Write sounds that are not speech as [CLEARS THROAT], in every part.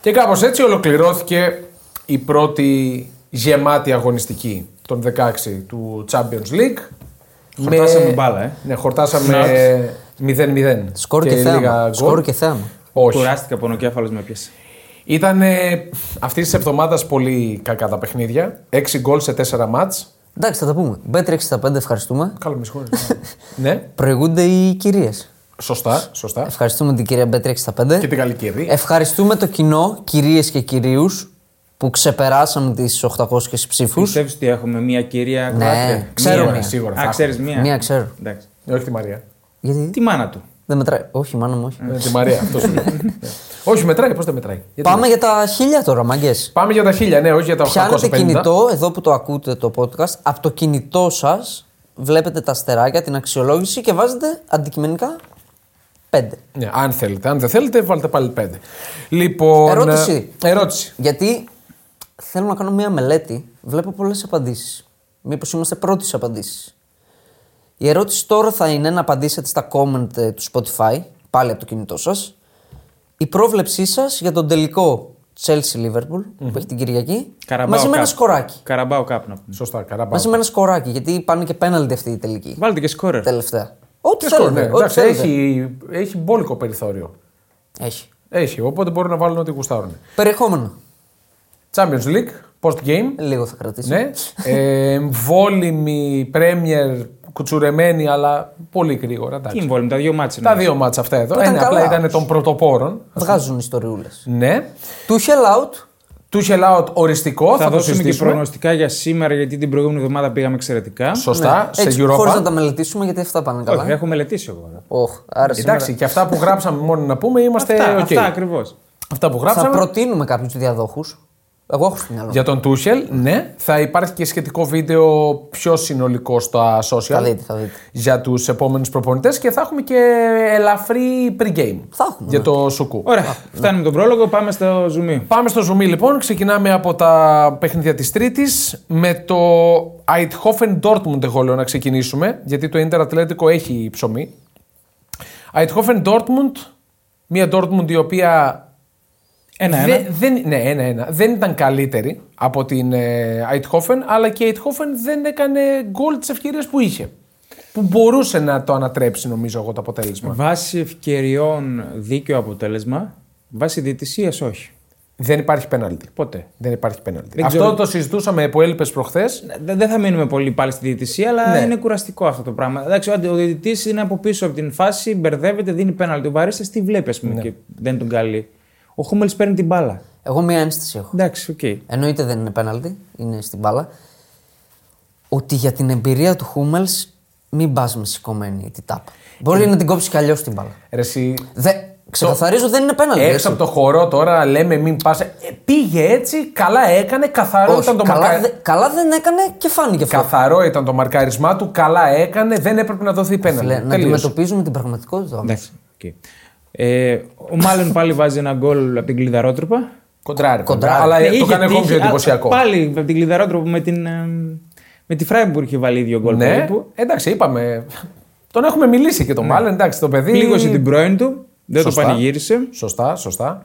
Και κάπως έτσι ολοκληρώθηκε η πρώτη γεμάτη αγωνιστική των 16 του Champions League. Χορτάσαμε μπάλα, ε. Ναι, χορτάσαμε 0-0. Σκορ και, θέαμα. λίγα Σκορ γκολ. και θέαμα. Όχι. Κουράστηκα, πονοκέφαλο με πιέσει. Ήταν αυτής της εβδομάδας πολύ κακά τα παιχνίδια. 6 γκολ σε 4 μάτς. Εντάξει, θα τα πούμε. Μπέτρι 65, ευχαριστούμε. Καλό με [LAUGHS] συγχωρείτε. ναι, Προηγούνται οι κυρίες. σωστά, σωστά. Ευχαριστούμε την κυρία Μπέτρι 65. Και την Ε. Καλικέρη. Ευχαριστούμε το κοινό, κυρίες και κυρίους, που ξεπεράσαμε τις 800 ψήφου. Ε, Πιστεύεις ότι έχουμε μία κυρία Ναι, Κροάτια. ξέρω Μία. μία. Σίγουρα θα Α, ξέρει μία. Μία ξέρω. Εντάξει. Ε, Όχι τη Μαρία. Γιατί. Τη μάνα του. Δεν μετράει. Όχι, μάνα μου, όχι. Ε, Τη Μαρία, αυτός σου λέω. [LAUGHS] Ναι. Όχι, μετράει, πώς δεν μετράει. Γιατί Πάμε για τα χίλια τώρα, μαγκέ. δεν- Πάμε για τα χίλια, ναι, όχι για τα 850. Πιάνετε κινητό, εδώ που το ακούτε το podcast, από το κινητό σας βλέπετε τα αστεράκια, την αξιολόγηση και βάζετε αντικειμενικά 5. Ναι, αν θέλετε. Αν δεν θέλετε, βάλτε πάλι πέντε. Λοιπόν. Ερώτηση. ε, ερώτηση. Γιατί θέλω να κάνω μία μελέτη. Βλέπω πολλές απαντήσεις. Μήπως είμαστε πρώτοι στι απαντήσεις. Η ερώτηση τώρα θα είναι να απαντήσετε στα comment ε, του Spotify, πάλι από το κινητό σας. Η πρόβλεψή σας για τον τελικό Chelsea-Liverpool που έχει την Κυριακή. Καραμπάο μαζί με ένα Cup. σκοράκι. Καραμπάο κάπου να πούμε. Σωστά, καραμπά. Μαζί με ένα σκοράκι, γιατί πάνε και πέναλτι αυτή η τελική. Βάλτε και σκόρερ. Τελευταία. Ό,τι Και σκορ, θέλετε. ναι, ό,τι εντάξει, θέλετε. έχει, έχει μπόλικο περιθώριο. έχει. Έχει, οπότε μπορούν να βάλουν ό,τι γουστάρουν. Περιεχόμενο. Champions League, post game. Λίγο θα κρατήσει. Ναι. Ε, εμβόλυμη, Premier, κουτσουρεμένη, αλλά πολύ γρήγορα. Τι εντάξει. εμβόλυμη, τα δύο μάτια. Τα δύο μάτσα αυτά εδώ. Ναι. Ήταν Ένα καλά, απλά ήταν όμως. των πρωτοπόρων. Βγάζουν ιστοριούλες. Ναι. Του out. Του out οριστικό, θα, Θα, το δώσουμε και συζητήσουμε. προγνωστικά για σήμερα, γιατί την προηγούμενη εβδομάδα πήγαμε εξαιρετικά. Σωστά, σε Europa. ε. Χωρί Ναι. να τα μελετήσουμε γιατί αυτά πάνε καλά. Όχι, έχω μελετήσει εγώ. Οχ, άρα σήμερα Εντάξει, και αυτά που γράψαμε μόνο να πούμε είμαστε Αυτά, οκ. αυτά ακριβώς. Αυτά που θα γράψαμε. προτείνουμε κάποιους διαδόχους. Εγώ έχω στο μυαλό. μου. Για τον Τούχελ, ναι. Θα υπάρχει και σχετικό βίντεο πιο συνολικό στα social. Θα δείτε, θα δείτε. Για τους επόμενους προπονητές και θα έχουμε και ελαφρύ pre-game. Θα έχουμε, Για ναι. το Σουκού. Ωραία, φτάνουμε τον πρόλογο, πάμε στο ζουμί. Πάμε στο ζουμί λοιπόν. Ξεκινάμε από τα παιχνίδια της Τρίτης με το Eindhoven Dortmund. Εγώ λέω να ξεκινήσουμε, γιατί το Inter Ατλέτικο έχει ψωμί. Eindhoven Dortmund, μια Dortmund η οποία Ένα-ένα. δεν, δεν, ναι, ένα-ένα. Δεν ήταν καλύτερη από την ε, Eindhoven, αλλά και η Eindhoven δεν έκανε γκολ τις ευκαιρίες που είχε. Που μπορούσε να το ανατρέψει, νομίζω εγώ, το αποτέλεσμα. Βάσει ευκαιριών δίκαιο αποτέλεσμα, βάσει διαιτησίας όχι. Δεν υπάρχει πέναλτι. Ποτέ. Δεν υπάρχει πέναλτι. Δεν Αυτό ξέρω. το συζητούσαμε που έλειπες προχθές. Δεν δεν θα μείνουμε πολύ πάλι στη διαιτησία, αλλά Ναι. είναι κουραστικό αυτό το πράγμα. Εντάξει, ο αντι- ο διαιτητής είναι από πίσω από την φάση, μπερδεύεται, δίνει πέναλτι. Ο Βαρίστα τι βλέπει, ας πούμε, Ναι. και δεν τον καλεί. Ο Χούμελ παίρνει την μπάλα. Εγώ μία ένσταση έχω. Εντάξει, οκ. Εννοείται δεν είναι πέναλτι, είναι στην μπάλα. Ότι για την εμπειρία του Χούμελ μην πας με σηκωμένη την τάπα. Μπορεί να την κόψει κι αλλιώς την μπάλα. Ρε, εσύ, Δε, ξεκαθαρίζω δεν είναι πέναλτι. έξω έτσι. από το χορό τώρα λέμε μην πας. πήγε έτσι, καλά έκανε, καθαρό Όχι, ήταν το καλά, μαρκα- δε- καλά δεν έκανε και φάνηκε αυτό. Καθαρό ήταν το μαρκάρισμά του, καλά έκανε, δεν έπρεπε να δοθεί πέναλτι. Φίλε, να Τελείωσε. αντιμετωπίζουμε την πραγματικότητα. όμως. Εντάξει, οκ. Ε, ο Μάλλον πάλι βάζει ένα γκολ από την κλειδαρότροπα. Κοντράρι. Κοντράρι. Αλλά Ναι, το είχε έκανε εγώ τύχει, πιο α, εντυπωσιακό. Πάλι από την κλειδαρότροπα με την. ε, Με τη Φράιμπουργκ είχε βάλει δύο γκολ Ναι, περίπου. εντάξει, είπαμε. Τον έχουμε μιλήσει και τον Μάλλον. Εντάξει, το παιδί. Πλήγωσε την πρώην του, δεν Σωστά. το πανηγύρισε. Σωστά, σωστά.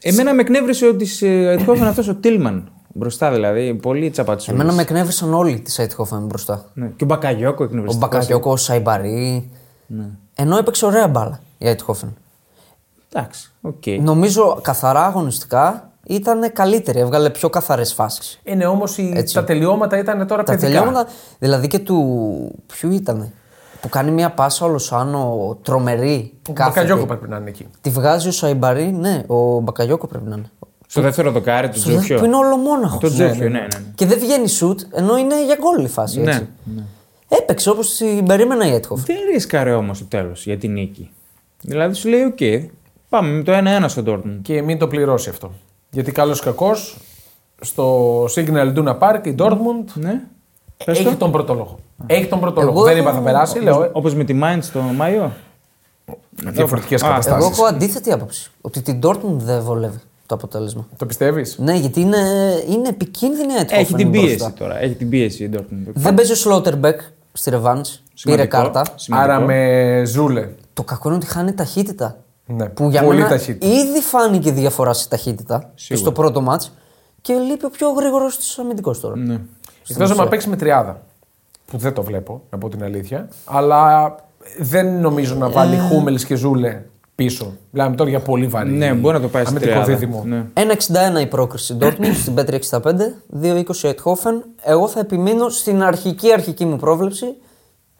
Εμένα με εκνεύρισε ότι σε Αιτχόφεν αυτός ο Τίλμαν. Μπροστά δηλαδή, πολύ τσαπατσούλη. Εμένα με εκνεύρισαν όλοι τη Σαϊτχόφεν μπροστά. Ναι. Και ο Μπακαγιώκο Ο εκνευριστικό. Μπακαγιώκο, ο Σαϊμπαρί. Ναι. Ενώ έπαιξε ωραία μπάλα η Αιτχόφεν. Εντάξει, οκ. Νομίζω καθαρά αγωνιστικά ήταν καλύτερη. Έβγαλε πιο καθαρές φάσεις. Ε, ναι, όμω τα τελειώματα ήταν τώρα Τα παιδικά. τελειώματα. Δηλαδή και του. Ποιου ήταν. Που κάνει μια πάσα ο Λοσάνο τρομερή. Ο κάθετη. Μπακαγιώκο πρέπει να είναι εκεί. Τη βγάζει ο Σαϊμπαρί, ναι, ο Μπακαγιώκο πρέπει να είναι. Στο δεύτερο δοκάρι του Τζόφιο. Που είναι όλο μόναχος. Το Τζόφιο, ναι, ναι. ναι. Και δεν βγαίνει σουτ, ενώ είναι για γκολ η φάση. Ναι, Έτσι. Έπαιξε όπως την περίμενα η Έτχοφ. Δεν ρίσκαρε όμως το τέλος για την νίκη. Δηλαδή σου λέει, οκ, πάμε με το 1-1 στον Τόρτμουν. Και μην το πληρώσει αυτό. Γιατί καλός ή κακός στο Signal Duna Park η Dortmund Ναι. Πες έχει το. τον πρώτο λόγο. Έχει τον πρώτο λόγο. Εγώ Δεν έχω- είπα θα περάσει, λέω. ε, Όπως με τη Μάιντ στο Μάιο. Διαφορετικές Α, Εγώ καταστάσει. έχω αντίθετη άποψη. Ότι την Dortmund δεν βολεύει το αποτέλεσμα. Το πιστεύεις. Ναι, γιατί είναι, είναι επικίνδυνη η Eindhoven Έχει την ναι, μπροστά. πίεση τώρα. Έχει την πίεση η Dortmund. Δεν παίζει ο Σλότερμπεκ στη Revenge. Πήρε Σημαντικό. κάρτα. Σημαντικό. Άρα με ζούλε. Το κακό είναι ότι χάνει ταχύτητα. Ναι, Που για πολύ μένα ταχύτητα. ήδη φάνηκε διαφορά στη ταχύτητα Σίγουρα. στο πρώτο μάτς και λείπει ο πιο γρήγορος της αμυντικός τώρα. Ναι. Εκτό να παίξει με τριάδα. Που δεν το βλέπω, να πω την αλήθεια. Αλλά δεν νομίζω να Ε. βάλει Χούμελ και Ζούλε πίσω. Μιλάμε τώρα για πολύ βαρύ. Ναι, μπορεί να το πάει στην αμυντικό τριάδα. Ναι. δίδυμο. 1,61 η πρόκριση Dortmund στην Πέτρη 65, 2,20 Eindhoven. Εγώ θα επιμείνω στην αρχική αρχική μου πρόβλεψη.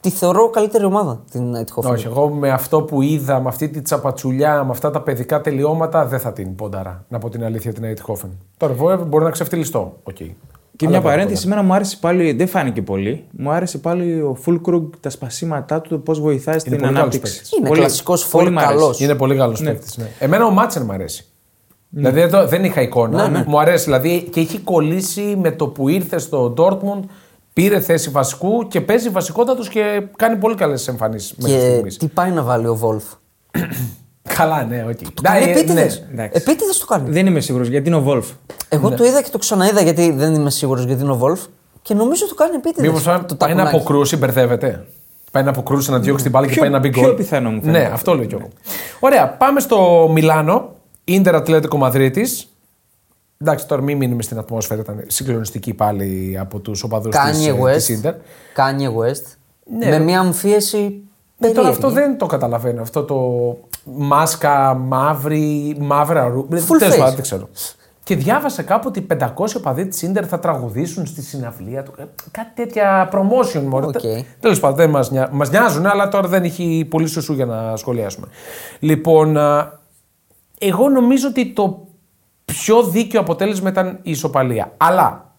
Τη θεωρώ καλύτερη ομάδα την Eindhoven. Όχι, εγώ με αυτό που είδα, με αυτή τη τσαπατσουλιά, με αυτά τα παιδικά τελειώματα, δεν θα την πονταρά. Να πω την αλήθεια την Eindhoven. Τώρα βέβαια, μπορεί να ξεφτυλιστώ. Okay. Και μια παρένθεση, εμένα μου άρεσε πάλι, δεν φάνηκε πολύ, μου άρεσε πάλι ο Φούλκρουγκ, τα σπασίματά του, πώς βοηθάει στην πολύ καλός ανάπτυξη. παίκτης. Είναι Πολύ- κλασικός πολύ φόρ, μ' άρεσε. καλός. Είναι πολύ καλός ναι. παίκτης. Ναι. Εμένα ο Μάτσερ μου αρέσει. Δηλαδή δεν το- δεν είχα εικόνα. Ναι, Μου αρέσει. Δηλαδή και έχει κολλήσει με το που ήρθε στο Dortmund, πήρε θέση βασικού και παίζει βασικότατος και κάνει πολύ καλές εμφανίσεις μέχρι Και στιγμής. τι πάει να βάλει ο Βόλφ. Καλά, ναι, όχι. Το κάνει επίτηδε. εντάξει. Επίτηδες το κάνει. Ναι. Δεν είμαι σίγουρος γιατί είναι ο Βολφ. Εγώ το είδα και το ξαναείδα γιατί δεν είμαι σίγουρος γιατί είναι ο Βολφ. Και νομίζω το κάνει επίτηδες. Μήπως το πάει να τακουνάκι. αποκρούσει, μπερδεύεται. Πάει να αποκρούσει, να διώξει την μπάλα και Πιο- πάει να μπει πιο γκολ. πιθανό μου φαίνεται Ναι, αυτό. αυτό λέω κι εγώ. Ωραία, πάμε στο Μιλάνο. Ιντερ Ατλέτικο Μαδρίτης. Εντάξει, τώρα μην μείνουμε στην ατμόσφαιρα. Ήταν συγκλονιστική πάλι από τους οπαδούς Kanye της West. Ιντερ. Kanye West. Ναι. Με μια αμφίεση περίεργη. Ε, Τώρα αυτό δεν το καταλαβαίνω. Αυτό το μάσκα μαύρη, μαύρα ρούχα. Full Τέλος face. πάντων, Δεν ξέρω. Και διάβασα κάπου ότι 500 οπαδοί της Ιντερ θα τραγουδήσουν στη συναυλία του. Ε, Κάτι τέτοια promotion μόνο. Οκ. Τέλος πάντων, δεν μας, νοιάζουν, μας νοιάζουν, αλλά τώρα δεν έχει πολύ σουσού για να σχολιάσουμε. Λοιπόν, α, εγώ νομίζω ότι το πιο δίκαιο αποτέλεσμα ήταν η ισοπαλία. Αλλά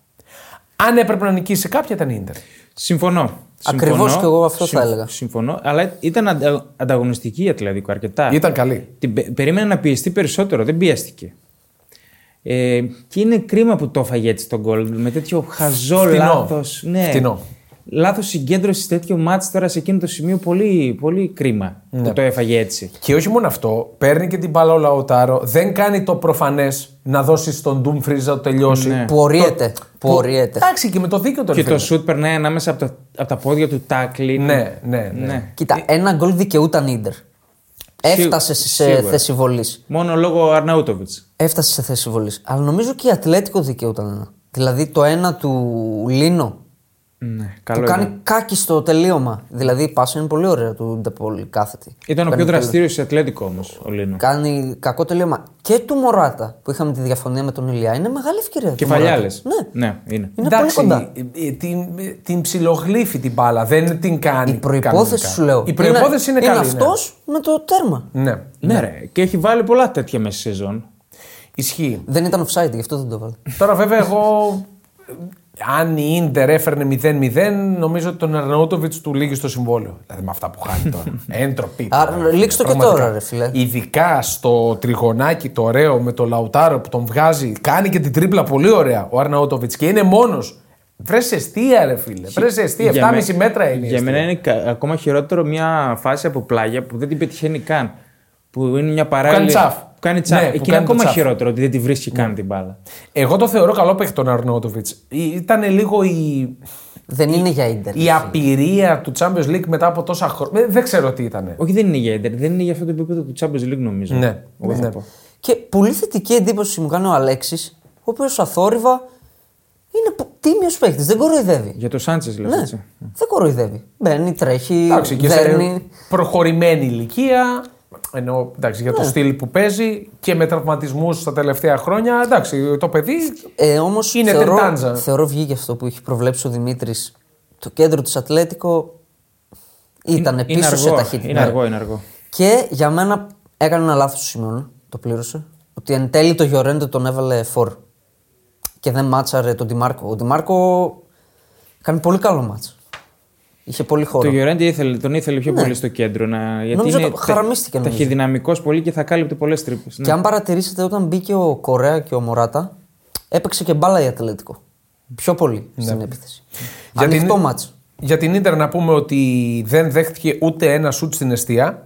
αν έπρεπε να νικήσει κάποια ήταν η Ιντερ. Συμφωνώ. Ακριβώς Συμφωνώ. κι εγώ αυτό θα Συμφ- έλεγα. Συμφωνώ, αλλά ήταν αντα- ανταγωνιστική η Ατλαντικό αρκετά. Ήταν καλή. Την πε- περίμενε να πιεστεί περισσότερο, δεν πιέστηκε. Ε, και είναι κρίμα που το έφαγε έτσι τον γκολ με τέτοιο χαζό Φτηνό. λάθος. Φτηνό. Λάθος συγκέντρωσης σε τέτοιο μάτς τώρα σε εκείνο το σημείο. Πολύ, πολύ κρίμα που το έφαγε έτσι. Και όχι μόνο αυτό, παίρνει και την μπάλα ο Λαοτάρο, δεν κάνει το προφανές να δώσει στον Ντούμφριζ να το τελειώσει. Ναι. Που ορίεται. Που ορίεται. Εντάξει, και με το δίκιο τον Και το έφερε. σουτ περνάει ανάμεσα από τα, απ' τα πόδια του τάκλι. Ναι, ναι, ναι. ναι. Κοίτα, ένα γκολ δικαιούταν η Ιντερ. Έφτασε σε σίγουρα. θέση βολής. Μόνο λόγω Αρναούτοβιτ. Έφτασε σε θέση βολής. Αλλά νομίζω και η Ατλέτικο δικαιούταν ένα. Δηλαδή το ένα του Λίνο Ναι, το καλό. κάνει ήταν. κάκιστο τελείωμα. Δηλαδή η πάσα είναι πολύ ωραία του Ντεπόλ κάθετη. Ήταν ο πιο δραστήριος σε Ατλέτικο όμως ο Λίνο. Κάνει κακό τελείωμα. Και του Μωράτα που είχαμε τη διαφωνία με τον Ηλιά. Είναι μεγάλη ευκαιρία. του Μωράτα. Κεφαλιάλε. Ναι. ναι, είναι. Είναι πολύ κοντά. ε, ε, την, ε, την ψιλογλύφει την μπάλα, δεν την κάνει. Η προπόθεση κανονικά. σου λέω. Η προπόθεση είναι, καλή. ναι. αυτός με το τέρμα. Ναι. Ναι, ρε. Και έχει βάλει πολλά τέτοια μέσα στη σεζόν. Ισχύει. Δεν ήταν offside, γι' αυτό δεν το βάλε. Τώρα βέβαια εγώ. ε, Αν η Ιντερ έφερνε 0-0, νομίζω ότι τον Αρναούτοβιτ του λύγει στο συμβόλαιο. Δηλαδή με αυτά που χάνει [LAUGHS] τώρα. Έντροπη. Α, τώρα, ρε φίλε, λήξτε το και πραγματικά. τώρα, ρε φίλε. Ειδικά στο τριγωνάκι το ωραίο με το Λαουτάρο που τον βγάζει, κάνει και την τρίπλα πολύ ωραία ο Αρναούτοβιτ και είναι μόνος. Βρε σε αιστεία, ρε φίλε. Βρε σε αιστεία. Για 7,5 μέ- μέτρα είναι. η Για αιστεία. μένα είναι κα- ακόμα χειρότερο μια φάση από πλάγια που δεν την πετυχαίνει καν. Που είναι μια παράλληλη. κάνει τσαφ. που κάνει τσαφ. Ναι, που Εκεί είναι κάνει το ακόμα τσαφ. χειρότερο ότι δεν τη βρίσκει καν την μπάλα. Εγώ το θεωρώ καλό παίχτη τον Αρναούτοβιτ. Ήταν λίγο η, Δεν είναι για ίντερ. η απειρία του Champions League μετά από τόσα χρόνια. Ε, Δεν ξέρω τι ήταν. Όχι, δεν είναι για έντερ, δεν είναι για αυτό το επίπεδο του Champions League νομίζω. Ναι, Εγώ θα ναι. πω. Και πολύ θετική εντύπωση μου κάνει ο Αλέξης, ο οποίος αθόρυβα είναι τίμιος παίχτης. Δεν κοροϊδεύει. Για το Σάντσε λέω Ναι, έτσι. δεν κοροϊδεύει. Μπαίνει, τρέχει, Εντάξει, και σε δέρνει. προχωρημένη ηλικία. Ενώ εντάξει, για το Ναι. στυλ που παίζει και με τραυματισμούς τα τελευταία χρόνια. Εντάξει, το παιδί. Ε, Όμως Είναι θεωρώ, τριντάντζα. θεωρώ βγήκε αυτό που έχει προβλέψει ο Δημήτρης. Το κέντρο της Ατλέτικο ήταν Είναι πίσω σε αργό, ταχύτητα. είναι αργό, είναι αργό. Και για μένα έκανε ένα λάθος σημείο, το πλήρωσε. Ότι εν τέλει το Γιωρέντο τον έβαλε φορ. Και δεν μάτσαρε τον Ντιμάρκο. Ο Ντιμάρκο κάνει πολύ καλό μάτς. Είχε πολύ Το χώρο. Γιωρέντι ήθελε, τον ήθελε πιο πολύ στο κέντρο. Να, γιατί Νομίζω είναι το- χαραμίστηκε, νομίζω. Ταχυδυναμικός πολύ και θα κάλυπτε πολλές τρύπες. Και αν παρατηρήσετε, όταν μπήκε ο Κορέα και ο Μωράτα, έπαιξε και μπάλα η Ατλέτικο. Πιο πολύ Ναι. στην επίθεση. Για την- Ανοιχτό μάτς. Για την ντερ να πούμε ότι δεν δέχτηκε ούτε ένα σουτ στην αιστεία.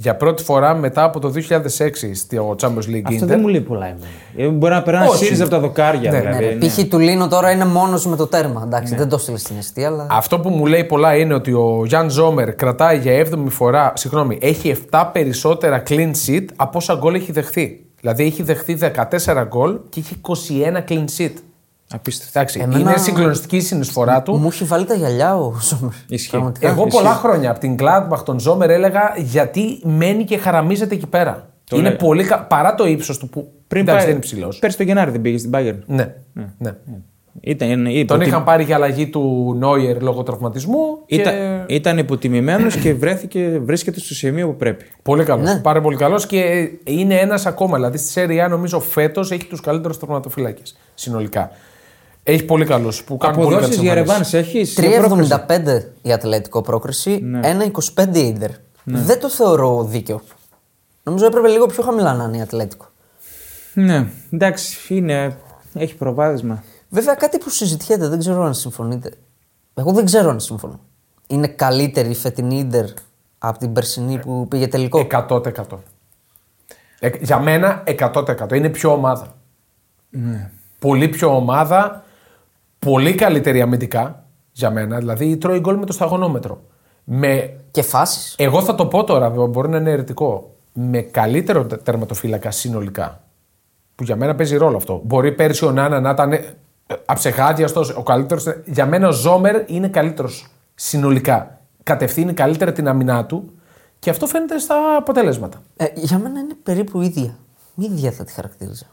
για πρώτη φορά μετά από το 2006 στο Champions League. Αυτό Inter. δεν μου λέει πολλά εμένα. Ε, Μπορεί να περνάει Όχι. ΣΥΡΙΖΑ από τα δοκάρια. Ναι, δηλαδή, Ναι, ρε, ναι. π.χ. του Λίνο τώρα είναι μόνος με το τέρμα. Εντάξει, δεν το στείλε στην αιστεία, αλλά. Αυτό που μου λέει πολλά είναι ότι ο Γιάνν Ζόμερ κρατάει για 7η φορά, συγγνώμη, έχει 7 περισσότερα clean sheet από όσα γκολ έχει δεχθεί. Δηλαδή έχει δεχθεί 14 γκολ και έχει 21 clean sheet. Απίστευτο. Εντάξει, Εμένα- είναι συγκλονιστική η συνεισφορά του. Μου έχει βάλει τα γυαλιά ο Σόμερ. Ισχύει. Πραγματικά. Εγώ πολλά χρόνια από την Gladbach τον Ζόμερ έλεγα γιατί μένει και χαραμίζεται εκεί πέρα. Το είναι λέει. πολύ. κα- παρά το ύψος του που. Πριν εντάξει, δεν είναι ψηλός. Πέρσι το Γενάρη δεν πήγε στην Bayern. Ναι. ναι. Ήταν, είπε Τον ότι- είχαν πάρει για αλλαγή του Νόιερ λόγω τραυματισμού. Και... ήταν, ήταν υποτιμημένος και βρέθηκε, βρίσκεται στο σημείο που πρέπει. Πολύ καλός. Ναι. Πάρα πολύ καλός και είναι ένας ακόμα. Δηλαδή στη Σέρια, νομίζω φέτος έχει τους καλύτερους τερματοφυλάκε συνολικά. Έχει πολύ καλού που κάνουν πολύ καλέ Αποδόσεις για ρεβάνς έχεις. για πρόκριση. 3,75 η ατλέτικο πρόκριση, 1,25 η ίντερ. Δεν το θεωρώ δίκαιο. Νομίζω έπρεπε λίγο πιο χαμηλά να είναι η ατλέτικο. Ναι, εντάξει, είναι, έχει προβάδισμα. Βέβαια, κάτι που συζητιέται, δεν ξέρω αν συμφωνείτε. Εγώ δεν ξέρω αν συμφωνώ. Είναι καλύτερη η φετινή ίντερ από την περσινή που πήγε τελικό. 100%. Ε, για μένα 100%. Είναι πιο ομάδα. Πολύ πιο ομάδα. Πολύ καλύτερη αμυντικά για μένα. Δηλαδή τρώει γκολ με το σταγονόμετρο. Με, Και φάσεις. εγώ θα το πω τώρα, βέβαια, μπορεί να είναι αιρετικό. Με καλύτερο τε- τερματοφύλακα συνολικά. Που για μένα παίζει ρόλο αυτό. Μπορεί πέρσι ο Νάνα να ήταν ε, αψεγάδιαστο, ο καλύτερος. Για μένα ο Ζόμερ είναι καλύτερος συνολικά. Κατευθύνει καλύτερα την αμυνά του και αυτό φαίνεται στα αποτελέσματα. Ε, για μένα είναι περίπου ίδια. Μη ίδια θα τη χαρακτήριζα.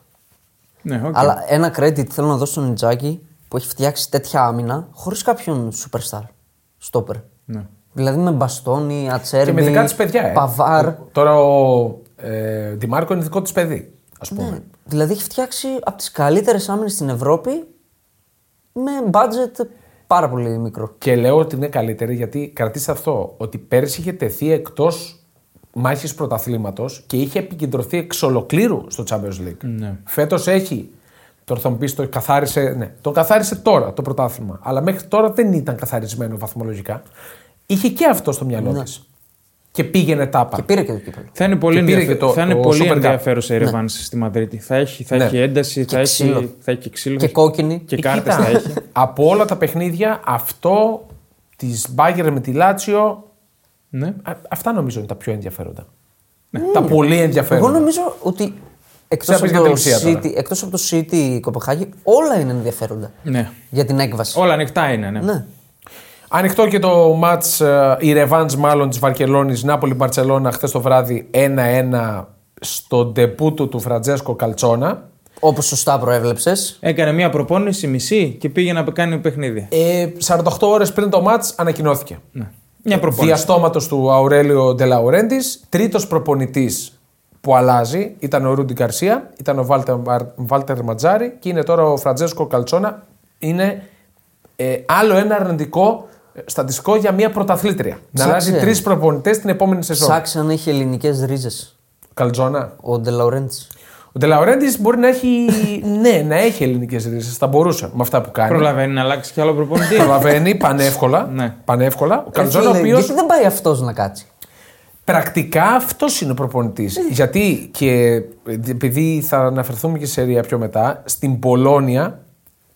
Ναι, οκ. Αλλά ένα credit θέλω να δώσω στον Ιντζάκη που έχει φτιάξει τέτοια άμυνα χωρίς κάποιον superstar. Στόπερ. Ναι. Δηλαδή με μπαστόνι, ατσέρμπι. Και με δικά τη παιδιά. Ε. Παβάρ. Τώρα ο ε, Δημάρκο είναι δικό τη παιδί, ας πούμε. Ναι. Δηλαδή έχει φτιάξει από τις καλύτερες άμυνες στην Ευρώπη με budget πάρα πολύ μικρό. Και λέω ότι είναι καλύτερη γιατί κρατήστε αυτό. Ότι πέρσι είχε τεθεί εκτός μάχης πρωταθλήματος και είχε επικεντρωθεί εξ ολοκλήρου στο Champions League. Ναι. Φέτος έχει. Τώρα θα μου πεις, το καθάρισε. Ναι, τον καθάρισε τώρα το πρωτάθλημα. Αλλά μέχρι τώρα δεν ήταν καθαρισμένο βαθμολογικά. Είχε και αυτό στο μυαλό ναι. της. Και πήγαινε τάπα. Και πήρε και το κύπελο. Θα είναι πολύ, Και πήρε και ενδιαφε... το- θα είναι το πολύ Super Cup. ενδιαφέρουσα η ρεβάνς στη Μαδρίτη. Θα έχει, θα Ναι. έχει ένταση, θα Ναι. ξύλο. έχει, θα έχει ξύλο. Και κόκκινη. Και Ε, κάρτε κοίτα, θα έχει. Από όλα τα παιχνίδια, αυτό της Μπάγκερ με τη Λάτσιο. ναι. α- αυτά νομίζω είναι τα πιο ενδιαφέροντα. Τα πολύ ενδιαφέροντα. Εγώ νομίζω ότι εκτός Ξέρω, από, πες για το την ουσία City- εκτός από το City η Κοπεχάγη, όλα είναι ενδιαφέροντα ναι. για την έκβαση. Όλα ανοιχτά είναι. Ναι. Ναι. Ανοιχτό και το μάτς, ε, η revenge μάλλον της Βαρκελόνης, Νάπολη-Μπαρτσελώνα χθες το βράδυ 1-1 στο ντεπούτο του Φραντζέσκο Καλτσόνα. Όπως σωστά προέβλεψες. Έκανε μία προπόνηση μισή και πήγε να κάνει παιχνίδι. Ε, 48 ώρες πριν το μάτς ανακοινώθηκε. Ναι. Μια προπόνηση. Διαστόματος του Αουρέλιο Ντελαουρέντης, τρίτος προπονητής που αλλάζει ήταν ο Ρούντι Γκαρσία, ήταν ο Βάλτερ, Μαρ- Βάλτερ Ματζάρη και είναι τώρα ο Φραντζέσκο Καλτσόνα. Είναι ε, άλλο ένα αρνητικό ε, στατιστικό για μια πρωταθλήτρια. Να Ψάξε. αλλάζει τρεις προπονητές την επόμενη σεζόν. Ψάξει αν έχει ελληνικές ρίζες. Καλτζόνα. Ο Ντελαουρέντσι. Ο Ντελαουρέντη μπορεί να έχει. ναι, να έχει ελληνικές ρίζες. Θα μπορούσε με αυτά που κάνει. Προλαβαίνει να αλλάξει κι άλλο προπονητή. Προλαβαίνει πανεύκολα. Ναι. πανεύκολα. Ο Καλτζόνα, ο οποίο Γιατί δεν πάει αυτός να κάτσει. πρακτικά αυτός είναι ο προπονητής. Γιατί και ε, επειδή θα αναφερθούμε και σε σερία πιο μετά, στην Πολώνια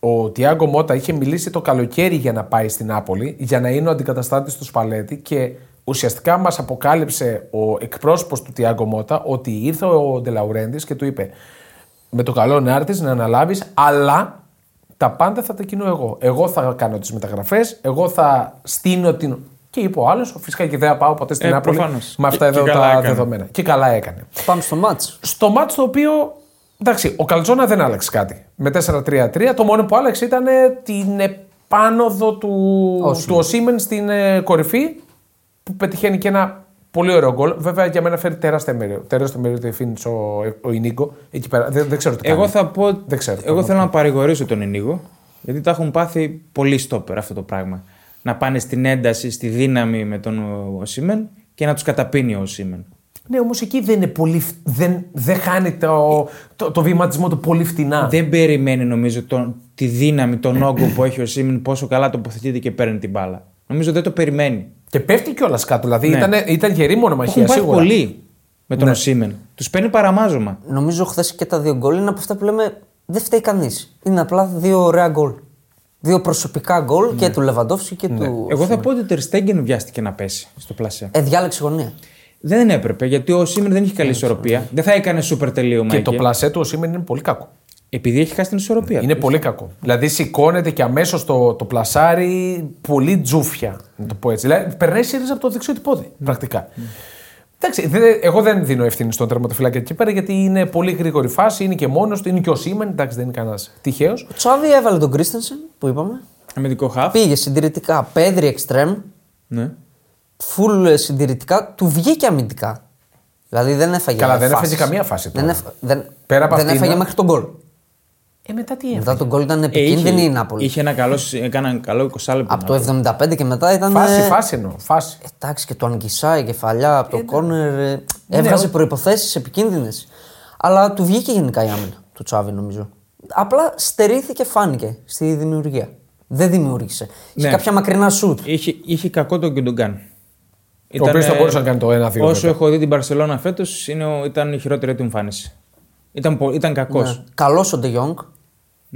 ο Τιάγκο Μότα είχε μιλήσει το καλοκαίρι για να πάει στην Νάπολη, για να είναι ο αντικαταστάτης του Σπαλέτη και ουσιαστικά μας αποκάλυψε ο εκπρόσωπος του Τιάγκο Μότα ότι ήρθε ο Ντελαουρέντη και του είπε με το καλό να έρθεις να αναλάβεις, αλλά τα πάντα θα τα κινώ εγώ. Εγώ θα κάνω τις μεταγραφές, εγώ θα στείνω την. Και είπε ο άλλος, φυσικά και δεν θα πάω ποτέ στην Ε, Νάπολη προφανώς. με αυτά Και- εδώ και τα καλά έκανε. δεδομένα. Και καλά έκανε. Πάμε στο μάτς. Στο μάτς το οποίο. Εντάξει, ο Καλτζόνα δεν άλλαξε κάτι. Με 4-3-3. Το μόνο που άλλαξε ήταν ε, την επάνωδο του, του Οσίμεν στην ε, κορυφή που πετυχαίνει και ένα πολύ ωραίο γκολ. Βέβαια για μένα φέρει τεράστια μερίδα. Τεράστιο μερίδα το εφήνει ο, ο Ινίγκο. Εκεί πέρα. Δεν, δεν ξέρω τι κάνει. Εγώ θα πω. Δεν ξέρω. Εγώ θέλω να παρηγορήσω τον Ενίγο. Γιατί τα έχουν πάθει πολύ στόπερ αυτό το πράγμα. Να πάνε στην ένταση, στη δύναμη με τον Σίμεν και να τους καταπίνει ο Σίμεν. Ναι, όμως εκεί δεν είναι πολύ. φ- Δεν, δεν χάνει το, το, το βήματισμό του πολύ φτηνά. Δεν περιμένει νομίζω τον, τη δύναμη, τον όγκο που έχει ο Σίμεν, πόσο καλά τοποθετείται και παίρνει την μπάλα. Νομίζω δεν το περιμένει. Και πέφτει κιόλας κάτω. Δηλαδή Ναι. ήταν, ήταν γερή Το έχουν μονομαχία πάει σίγουρα. πολύ Ναι. με τον Οσίμεν. Τους παίρνει παραμάζωμα. Νομίζω χθες και τα δύο γκολ είναι από αυτά που λέμε δεν φταίει κανείς. Είναι απλά δύο ωραία γκολ. Δύο προσωπικά γκολ Ναι. και του Λεβαντόφσκι και του. Εγώ θα πω ότι ο Τερστέγγεν βιάστηκε να πέσει στο πλασέ. Ε, διάλεξε γωνία. Δεν έπρεπε γιατί ο Σίμεν δεν είχε καλή ισορροπία. Δεν θα έκανε σούπερ τελείωμα. Και το εκεί. πλασέ του ο Σίμεν είναι πολύ κακό. Επειδή έχει χάσει την ισορροπία. Είναι πολύ κακό. Δηλαδή σηκώνεται και αμέσως το, το πλασάρι πολύ τζούφια. Να το πω έτσι. Δηλαδή περνάει σύρριζα από το δεξιό του πόδι, πρακτικά. Εντάξει, δε- εγώ δεν δίνω ευθύνη στον τερματοφυλάκι εκεί πέρα γιατί είναι πολύ γρήγορη φάση, είναι και μόνος του, είναι και ο Σίμεν. Εντάξει, δεν είναι κανένας τυχαίος. Ο Τσάβη έβαλε τον Κρίστενσεν που είπαμε. Αμυντικό χάφ. Πήγε συντηρητικά. Πέδρη εξτρέμ. Ναι. Φουλ ε, συντηρητικά. Του βγήκε αμυντικά. Δηλαδή δεν έφαγε. Καλά, δεν φάσεις. έφαγε καμία φάση Δεν, τώρα. έφα- δεν, Πέρα από δεν αυτήν, έφαγε ναι. μέχρι τον γκολ. Ε, μετά τι έβαλε. Μετά τον γκολ ήταν Ε, επικίνδυνη η Νάπολη. είχε ένα καλό, έκανε ένα καλό 20 λεπτό. Από το 75 και μετά ήταν. Φάση, ε, φάση εννοώ. Φάση. Εντάξει, και το αγγισά η κεφαλιά από το κόρνερ. ε, Έβγαζε ο- προποθέσει επικίνδυνες. Αλλά του βγήκε γενικά η άμυνα του Τσάβη, νομίζω. Απλά στερήθηκε, φάνηκε στη δημιουργία. Δεν δημιούργησε. Είχε Ναι. κάποια μακρινά σουτ. Είχε, είχε κακό τον Κιντογκάν. Ήταν, οποίος θα ε, μπορούσε να κάνει το 1-2 Όσο μετά. έχω δει την Παρσελόνα φέτος, ήταν η χειρότερη του εμφάνιση. Ήταν, πο- ήταν Ναι. κακός. Ναι. Καλός Ε, ο Ντε Γιόνγκ. Ναι.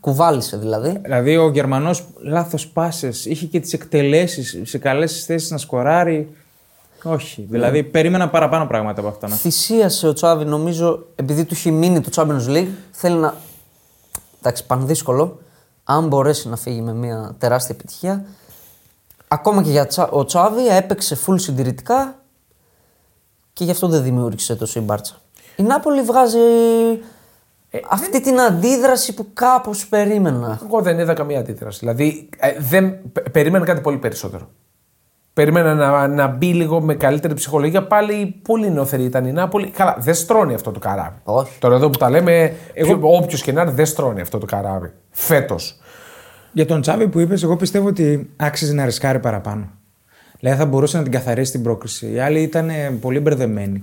Κουβάλισε δηλαδή. Δηλαδή ο Γερμανός λάθος πάσες. Είχε και τις εκτελέσεις σε καλές θέσεις να σκοράρει. Όχι. Δηλαδή περίμενα παραπάνω πράγματα από αυτά. ναι. να- Θυσίασε ο Τσάβη, νομίζω, επειδή του έχει μείνει το Champions League. Θέλει να. Εντάξει, πανδύσκολο. Αν μπορέσει να φύγει με μια τεράστια επιτυχία. Ακόμα και για Τσα- ο Τσάβη έπαιξε full συντηρητικά και γι' αυτό δεν δημιούργησε τόσο η Μπάρτσα. Η Νάπολη βγάζει Ε, αυτή την αντίδραση που κάπως περίμενα. Εγώ δεν είδα καμία αντίδραση. Δηλαδή, ε, δεν, πε- περίμενα κάτι πολύ περισσότερο. Περίμενα να, να μπει λίγο με καλύτερη ψυχολογία. Πάλι πολύ νεοφερή ήταν η Νάπολη. Καλά, δεν στρώνει αυτό το καράβι. Όχι. Τώρα εδώ που τα λέμε, όποιος και να είναι, δεν στρώνει αυτό το καράβι. Φέτος. Για τον Τσάβη που είπες, εγώ πιστεύω ότι άξιζε να ρισκάρει παραπάνω. Δηλαδή θα μπορούσε να την καθαρίσει την πρόκριση. Οι άλλοι ήταν ε, πολύ μπερδεμένοι.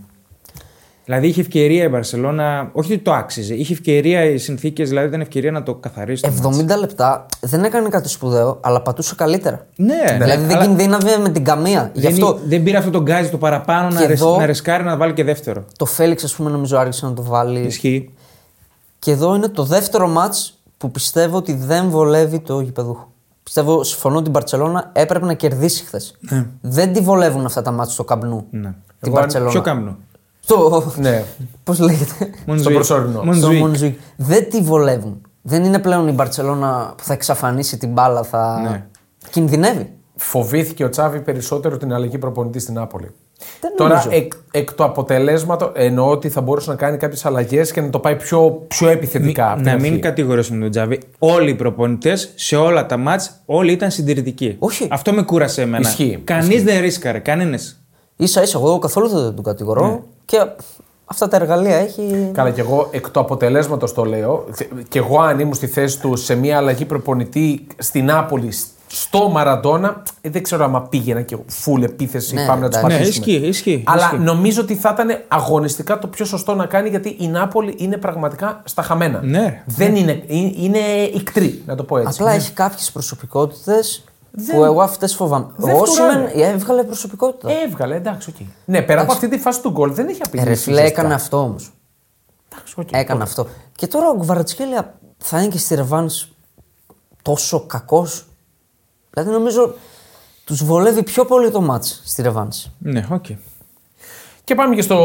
Δηλαδή είχε ευκαιρία η Μπαρσελόνα, όχι ότι το άξιζε, είχε ευκαιρία οι συνθήκες, δηλαδή ήταν ευκαιρία να το καθαρίσει. το μάτς. 70 λεπτά δεν έκανε κάτι σπουδαίο, αλλά πατούσε καλύτερα. Ναι, δηλαδή δεν αλλά κινδύναβε με την καμία. Γι' δεν, αυτό δεν πήρε αυτό τον γκάζι το παραπάνω να, Και ρεσ- εδώ- να ρισκάρει να βάλει και δεύτερο. το Φέληξ, ας πούμε, νομίζω άρχισε να το βάλει. Ισχύει. Και εδώ είναι το δεύτερο μάτς που πιστεύω ότι δεν βολεύει το γηπεδούχο. Πιστεύω, συμφωνώ ότι η Μπαρσελόνα έπρεπε να κερδίσει χθες. Δεν τη βολεύουν αυτά τα μάτς στο καμπνού. Την Ναι. Εγώ, αν- Μπαρσελόνα. Ποιο κάμνο. Στο... Ναι. Πώς λέγεται. Μονζουίκ. προσωρινό. Στο Μονζουίκ. Μονζουίκ. Δεν τη βολεύουν. Δεν είναι πλέον η Μπαρσελόνα που θα εξαφανίσει την μπάλα, θα. Ναι. Κινδυνεύει. Φοβήθηκε ο Τσάβη περισσότερο την αλλαγή προπονητή στην Νάπολη. Δεν Τώρα, νομίζω. εκ, εκ του αποτελέσματο, εννοώ ότι θα μπορούσε να κάνει κάποιες αλλαγές και να το πάει πιο, πιο επιθετικά. απ' την Να αρχή. μην κατηγορήσουμε τον Τζάβη. Όλοι οι προπονητές σε όλα τα μάτ, όλοι ήταν συντηρητικοί. Όχι. Αυτό με κούρασε εμένα. Ισχύει. Κανείς δεν ρίσκαρε, κανένας. σα ίσα, εγώ καθόλου δεν τον κατηγορώ. Ναι. Και αυτά τα εργαλεία έχει. Καλά, και εγώ εκ του αποτελέσματος το λέω. Και εγώ, αν ήμουν στη θέση του σε μια αλλαγή προπονητή στην Νάπολη, στο Μαραντόνα, ε, δεν ξέρω άμα πήγαινα και φουλ επίθεση. Ναι, πάμε να τους εντάξει. Ναι, πατήσουμε. ισχύει, ισχύει. Αλλά ισχύει. νομίζω ότι θα ήταν αγωνιστικά το πιο σωστό να κάνει γιατί η Νάπολη είναι πραγματικά στα χαμένα. Ναι. Δεν είναι, ε, είναι ικτρή, να το πω έτσι. ναι. Απλά έχει κάποιες προσωπικότητες που Δεν- εγώ αυτές φοβάμαι. δεν Ο Όσιμεν φτουράνε. έβγαλε προσωπικότητα. Ε, Έβγαλε, εντάξει, οκ. Ναι, πέρα από αυτή τη φάση του γκολ δεν έχει απειλήσει. Ρε φίλε, ουσιαστικά. έκανε αυτό όμως. Εντάξει, οκ. Έκανε αυτό. Και τώρα ο Γκβαρατσχέλια θα είναι και στη Ρεβάν τόσο κακός. Δηλαδή νομίζω τους βολεύει πιο πολύ το μάτς στη Ρεβάν. Ναι, οκ. Και πάμε και στο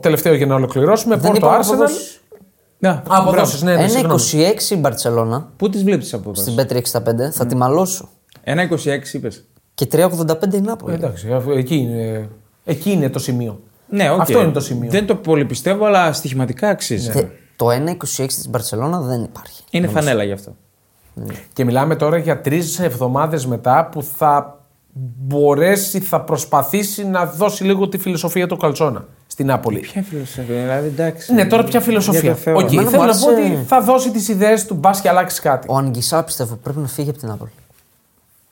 τελευταίο για να ολοκληρώσουμε. Πόρτο Άρσεναλ. Να, Αποδόσεις, ναι, ναι, Ένα συγγνώμη. 26 η Μπαρσελόνα Πού τις βλέπεις από εδώ. στην Πέτρη 65 θα τη μαλώσω. Ένα 26 είπες. Και 3,85 η Νάπολη. Ε, Εντάξει, αφού εκεί είναι, εκεί είναι το σημείο. Ναι, οκ. Αυτό είναι το σημείο. Δεν το πολύ πιστεύω, αλλά στοιχηματικά αξίζει. ναι. Τε- Το 1,26 της Μπαρσελόνα δεν υπάρχει. Είναι φανέλα γι' αυτό. Και μιλάμε τώρα για τρεις εβδομάδες μετά που θα μπορέσει, θα προσπαθήσει να δώσει λίγο τη φιλοσοφία του Καλτσόνα στην Νάπολη. Ποια φιλοσοφία, δηλαδή εντάξει. Ναι, τώρα ποια Για φιλοσοφία. το Θεό. Οκ, Εμένα θέλω μου να πω άρεσε- ότι θα δώσει τις ιδέες του, μπας και αλλάξεις κάτι. Ο Αγγισά πιστεύω πρέπει να φύγει από την Νάπολη.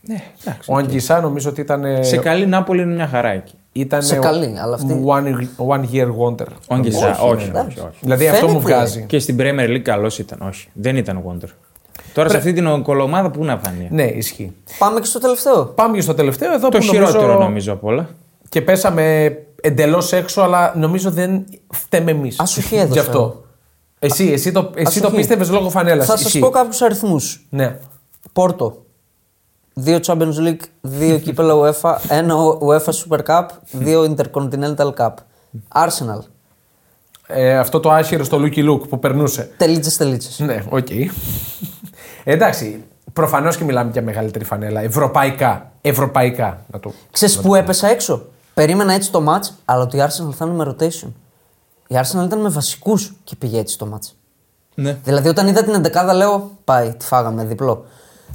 Ναι, εντάξει. Ο Αγγισά νομίζω ότι ήταν. Σε καλή Νάπολη είναι μια χαρά εκεί. ήταν σε καλή, αλλά αυτή- One, one year wonder. Ο Αγγιζά, όχι, εντάξει. όχι, όχι. Δηλαδή αυτό μου Φαίνεται. βγάζει. Και στην Premier League καλός ήταν. Όχι, δεν ήταν Wonder. Τώρα σε αυτή την κολομάδα πού να φανεί. Ναι, ισχύει. Πάμε και στο τελευταίο. Πάμε και στο τελευταίο. Εδώ Το που χειρότερο νομίζω απ' όλα. Και πέσαμε εντελώς έξω, αλλά νομίζω δεν φταίμε εμείς. Ασοχή έδωσα. Γι' αυτό. Εσύ, εσύ το, εσύ το Ασοχή. πίστευες λόγω φανέλας. Θα σας πω κάποιους αριθμούς. Ναι. Πόρτο. Δύο Champions League, δύο κύπελα UEFA, ένα UEFA Super Cup, δύο Intercontinental Cup. Arsenal. Ε, αυτό το άχυρο στο Λούκι Λουκ που περνούσε. Τελίτσες, τελίτσες. Ναι, οκ. Εντάξει, προφανώς και μιλάμε για μεγαλύτερη φανέλα. Ευρωπαϊκά. Ευρωπαϊκά. Να το... Ξέρεις που έπεσα έξω. Περίμενα έτσι το match, αλλά ότι η Arsenal θα είναι με rotation. Η Arsenal ήταν με βασικούς και πήγε έτσι το match. Ναι. Δηλαδή, όταν είδα την 11 λέω πάει, τη φάγαμε διπλό.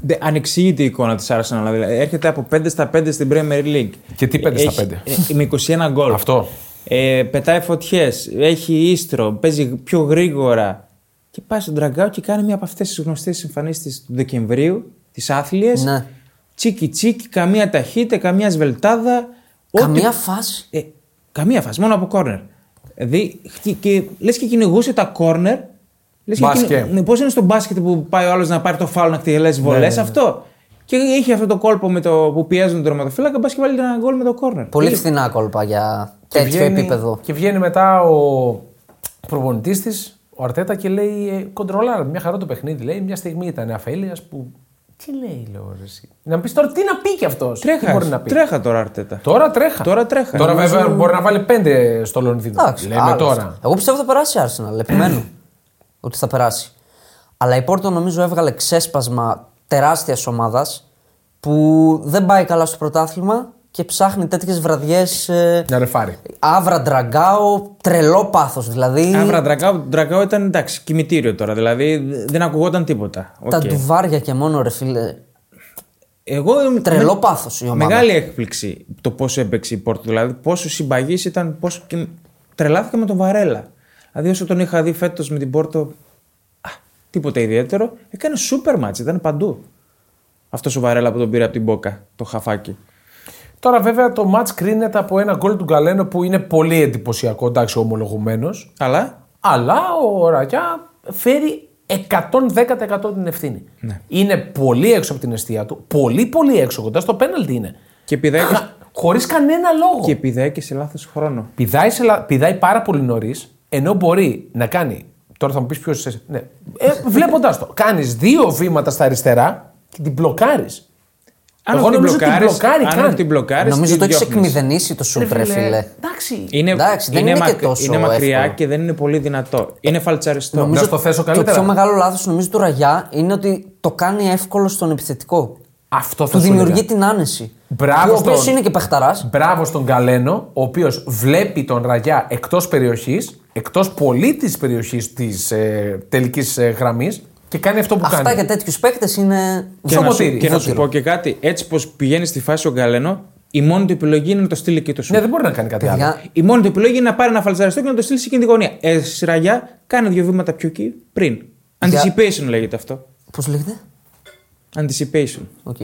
Δε, ανεξήγητη η εικόνα της Arsenal. Δηλαδή. Έρχεται από 5 στα 5 στην Premier League. Και τι 5 στα Έχει- 5? ε, με 21 γκολ. Αυτό. Ε, πετάει φωτιές, έχει ίστρο, παίζει πιο γρήγορα. Και πάει στον Τραγκάο και κάνει μία από αυτές τις γνωστές εμφανίσεις του Δεκεμβρίου, τις άθλιες. Ναι. Τσίκι τσίκι, καμία ταχύτητα, καμία σβελτάδα. ό,τι- Καμία φάση. Ε, καμία φάση, μόνο από κόρνερ. Δηλαδή, χτι- και, λες και κυνηγούσε τα κόρνερ. Λες Μπάσκετ. Και, κυνη- ναι, πώς είναι στο μπάσκετ που πάει ο άλλος να πάρει το φάουλ να χτυπήσει Ναι, βολές, αυτό. Και είχε αυτό το κόλπο με το, που πιέζουν τον τροματοφύλακα, μπας και βάλει ένα γκολ με το κόρνερ. Πολύ φθηνά κόλπα για τέτοιο επίπεδο. και βγαίνει μετά ο προπονητής της, ο Αρτέτα, και λέει: ε, Κοντρολάρα, μια χαρά το παιχνίδι. Λέει: Μια στιγμή ήταν αφέλειας που. Τι λέει, λέω ρε, εσύ. Να μου πεις τώρα τι να πει κι αυτός. Τι Τρέχας, μπορεί να πει. τρέχα τώρα αρτέτα. Τώρα τρέχα. Τώρα τρέχα. Τώρα Νομίζω- βέβαια μπορεί να βάλει πέντε στο Λονδίνο. Εντάξει, Λέμε άλλο αυτό. τώρα. Εγώ πιστεύω θα περάσει η Arsenal. Επιμένω [CLEARS THROAT] ότι θα περάσει. Αλλά η Πόρτο νομίζω έβγαλε ξέσπασμα τεράστιας ομάδας που δεν πάει καλά στο πρωτάθλημα και ψάχνει τέτοιες βραδιές. Ε, Να ρεφάρει. άβρα Ντραγκάο, τρελό πάθος δηλαδή. Άβρα, Ντραγκάο, Ντραγκάο ήταν εντάξει, κημητήριο τώρα, δηλαδή δε- δεν ακουγόταν τίποτα. Τα Οκ. ντουβάρια και μόνο ρε φίλε. Εγώ είμαι- Τρελό πάθος η ομάδα. Μεγάλη έκπληξη το πόσο έπαιξε η Πόρτο. Δηλαδή, πόσο συμπαγής ήταν, πόσο. Και τρελάθηκα με τον Βαρέλα. Δηλαδή, όσο τον είχα δει φέτος με την Πόρτο. Α, τίποτα ιδιαίτερο. Έκανε σούπερ μάτς, ήταν παντού. Αυτός ο Βαρέλα που τον πήρε από την Μπόκα, το χαφάκι. Τώρα βέβαια το match κρίνεται από ένα γκολ του Γκαλένο που είναι πολύ εντυπωσιακό, εντάξει, ομολογουμένο. Αλλά Αλλά ο Ρακιά φέρει 110% την ευθύνη. Ναι. Είναι πολύ έξω από την αιστεία του. Πολύ, πολύ έξω. Κοντά στο πέναλτι είναι. και πηδάει και- Χωρίς κανένα λόγο. και, πηδάει και σε λάθος χρόνο. Πηδάει, σε, λα- πηδάει πάρα πολύ νωρίς, ενώ μπορεί να κάνει. Τώρα θα μου πεις ποιος είσαι. Ναι. Ε, Βλέποντας το, κάνεις δύο βήματα στα αριστερά και την μπλοκάρεις. Αν Εγώ όχι την νομίζω ότι μπλοκάρεις- μπλοκάρει, αν κάνει. όχι την μπλοκάρεις, Νομίζω τη το έχεις διώχνεις. εκμηδενήσει το σουτ ρε φίλε. Εντάξει. Είναι, Εντάξει, δεν είναι, είναι και μακ- τόσο είναι μακριά εύκολο. Ε, και δεν είναι πολύ δυνατό. Είναι φαλτσαριστό. Να στο θέσω καλύτερα. Το πιο μεγάλο λάθος νομίζω του Ραγιά είναι ότι το κάνει εύκολο στον επιθετικό. Αυτό θα σου Του δημιουργεί έλεγα. την άνεση. Μπράβο Ο οποίος στον- είναι και παιχταράς. Μπράβο στον Καλένο, ο οποίος βλέπει τον Ραγιά εκτός περιοχής, εκτός πολύ τη περιοχής της ε, τελικής ε, γραμμής και κάνει αυτό που Αυτά κάνει. για τέτοιους παίκτες είναι. Και Και, να σου, ποτήρι, και να σου ποτήρι. πω και κάτι, έτσι πως πηγαίνει στη φάση ο Γκαλένο, η μόνη του επιλογή είναι να το στείλει και το σου. Ναι, δεν μπορεί να κάνει κάτι άλλο. Παιδιά, Η μόνη του επιλογή είναι να πάρει ένα φαλτσαριστό και να το στείλει σε εκείνη τη γωνία. Ε, σειραγιά, κάνε δύο βήματα πιο εκεί πριν. Anticipation λέγεται αυτό. Πώς λέγεται. Anticipation. Οκ.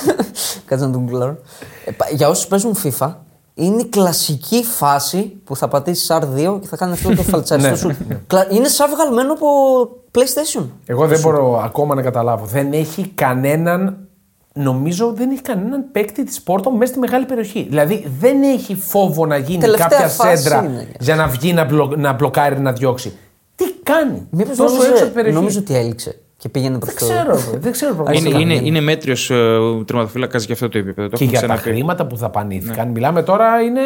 [LAUGHS] Κάτσε να τον κουκλάρω. Ε, πα- για όσους παίζουν FIFA, είναι η κλασική φάση που θα πατήσεις R2 και θα κάνεις [LAUGHS] αυτό το Ναι. φαλτσαριστό σου. είναι σαν βγαλμένο από PlayStation. Εγώ δεν μπορώ ακόμα να καταλάβω. Δεν έχει κανέναν. Νομίζω δεν έχει κανέναν παίκτη της Πόρτο μέσα στη μεγάλη περιοχή. Δηλαδή δεν έχει φόβο να γίνει Τελευταία κάποια φάση σέντρα είναι. για να βγει να, μπλο- να μπλοκάρει, να διώξει. Τι κάνει. Μήπως τόσο έξω από την νόμιζε, περιοχή. νόμιζε ότι έληξε και πήγαινε προς Δεν ξέρω. ρε, δεν ξέρω πραγματικά. Είναι, είναι, είναι μέτριος ε, τερματοφύλακας για αυτό το επίπεδο. Το ναι. Και έχουμε για τα ξαναπεί. Ναι. χρήματα που δαπανήθηκαν, μιλάμε τώρα είναι.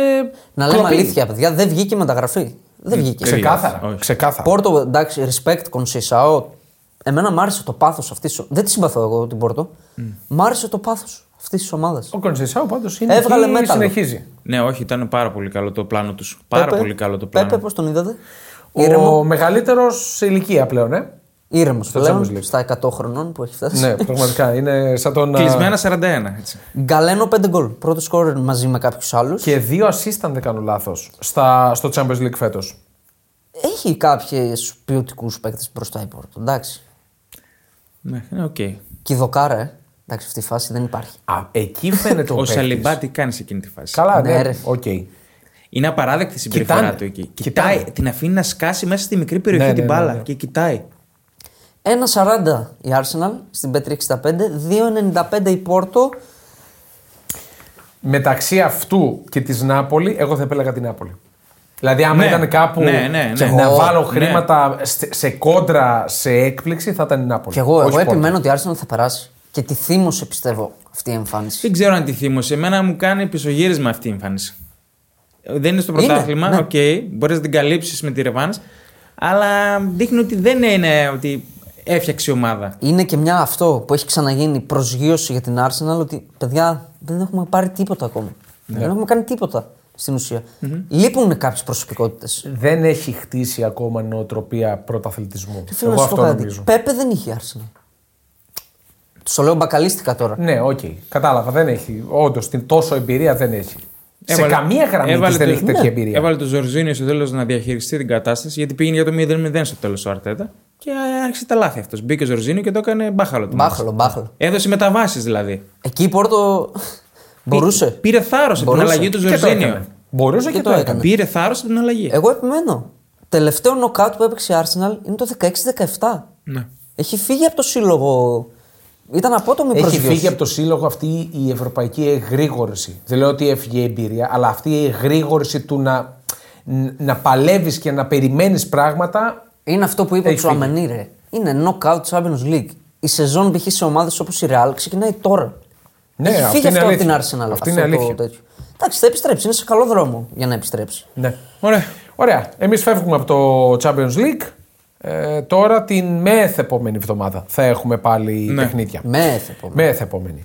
Να λέμε κλοπή. Ε, αλήθεια, παιδιά, δεν βγήκε μεταγραφή. Δεν βγήκε. Τελείως. Ξεκάθαρα. Όχι. Ξεκάθαρα. Πόρτο, εντάξει, respect, κονσίσαο. Εμένα μ' άρεσε το πάθος αυτής. Δεν τη συμπαθώ εγώ την Πόρτο. Μ' άρεσε το πάθος αυτής της ομάδας. Mm. Ο Κονσεσάου πάντως είναι. Έβγαλε εκεί, μέταλλο. συνεχίζει. Ναι, όχι, ήταν πάρα πολύ καλό το πλάνο τους. Πάρα πολύ καλό το πλάνο. Πέπε, πώς τον είδατε. Ήρεμο. Ο μεγαλύτερος σε ηλικία πλέον, ε. Ήρεμος Champions League. πλέον στα 100 χρονών που έχει φτάσει. ναι, πραγματικά. Είναι σαν τον. ε, α, Κλεισμένα 41. Έτσι. [LAUGHS] Γκαλένο 5 γκολ. Πρώτο σκόρερ μαζί με κάποιους άλλους. Και δύο assist, αν δεν κάνω λάθος, στο Champions League φέτος. Έχει κάποιου ποιοτικούς παίκτες μπροστά η Πόρτο. Εντάξει. Ναι, ναι, οκ. Και η Δοκάρα, ε. εντάξει, αυτή η φάση δεν υπάρχει. Α, εκεί φαίνεται ο Ο παίκτης. Σαλιμπά τι κάνει σε εκείνη τη φάση. Καλά, Ναι, ναι, ρε. οκ. Είναι απαράδεκτη η συμπεριφορά Κοιτάνε. του εκεί. Κοιτάνε. Κοιτάει, την αφήνει να σκάσει μέσα στη μικρή περιοχή Ναι, ναι, την ναι, μπάλα ναι. και κοιτάει. 1,40 η Arsenal στην B365, 2,95 η Πόρτο. Μεταξύ αυτού και της Νάπολη, εγώ θα επέλεγα την Νάπολη. Δηλαδή, άμα Ναι. ήταν κάπου Ναι, ναι, και ναι. να Εγώ, βάλω ναι. χρήματα σε, σε κόντρα, σε έκπληξη, θα ήταν η Νάπολη. Και εγώ, όχι εγώ Πόρτο. επιμένω ότι η Arsenal θα περάσει. Και τη θύμωσε πιστεύω αυτή η εμφάνιση. Δεν ξέρω αν τη θύμωσε. Εμένα μου κάνει πισωγύρισμα αυτή η εμφάνιση. Δεν είναι στο Είναι, πρωτάθλημα, ναι. οκ. Μπορείς να την καλύψεις με τη Ρεβάν. Αλλά δείχνει ότι δεν είναι ότι έφτιαξε η ομάδα. Είναι και μια αυτό που έχει ξαναγίνει προσγείωση για την Arsenal ότι παιδιά δεν έχουμε πάρει τίποτα ακόμα. Ναι. Δεν έχουμε κάνει τίποτα στην ουσια Λείπουν κάποιες προσωπικότητες. Δεν έχει χτίσει ακόμα νοοτροπία πρωταθλητισμού. Θέλω Εγώ να σου πω αυτό κάτι. νομίζω. Πέπε δεν είχε η Arsenal. Του το λέω μπακαλίστηκα τώρα. Ναι, οκ. Κατάλαβα. Δεν έχει. Όντως, τόσο εμπειρία δεν έχει. σε καμία γραμμή της δεν το- έχει τέτοια ναι. εμπειρία. Έβαλε τον Ζορζίνιο στο τέλος να διαχειριστεί την κατάσταση γιατί πήγαινε για το 0-0 στο τέλος ο Αρτέτα. Και άρχισε τα λάθη αυτός. Μπήκε ο Ζορζίνιο και το έκανε μπάχαλο του. Μπάχαλο, μπάχαλο. Έδωσε μεταβάσεις δηλαδή. Εκεί η Πόρτο Ε, μπορούσε. Πήρε θάρρος από την Μπορούσε. αλλαγή του Και το Ζορζίνιο. έκανε. Μπορούσε και, το έκανε. Πήρε θάρρος από την αλλαγή. Εγώ επιμένω. Τελευταίο νοκάut που έπαιξε η Arsenal είναι το 16-17. Ναι. Έχει φύγει από το σύλλογο. Ήταν απότομη Έχει προσγείωση. φύγει από το σύλλογο αυτή η ευρωπαϊκή εγρήγορση. Δεν λέω ότι έφυγε η εμπειρία, αλλά αυτή η εγρήγορση του να, να παλεύεις και να περιμένεις πράγματα. Είναι αυτό που είπε ο Έχει φύγει. Τσουαμενί, ρε. Είναι knockout Champions League. Η σεζόν π.χ. σε ομάδες όπως η Real ξεκινάει τώρα. Ναι, Έχει αυτή φύγει είναι αυτό από την αλήθεια. Arsenal. Αυτή είναι αυτό το αλήθεια. τέτοιο. Εντάξει, θα επιστρέψει. Είναι σε καλό δρόμο για να επιστρέψει. Ναι. Ωραία. Ωραία. Εμείς φεύγουμε από το Champions League. Ε, τώρα την μεθ επόμενη εβδομάδα θα έχουμε πάλι Ναι. παιχνίδια. Με έθεπο. Μεθ επόμενη.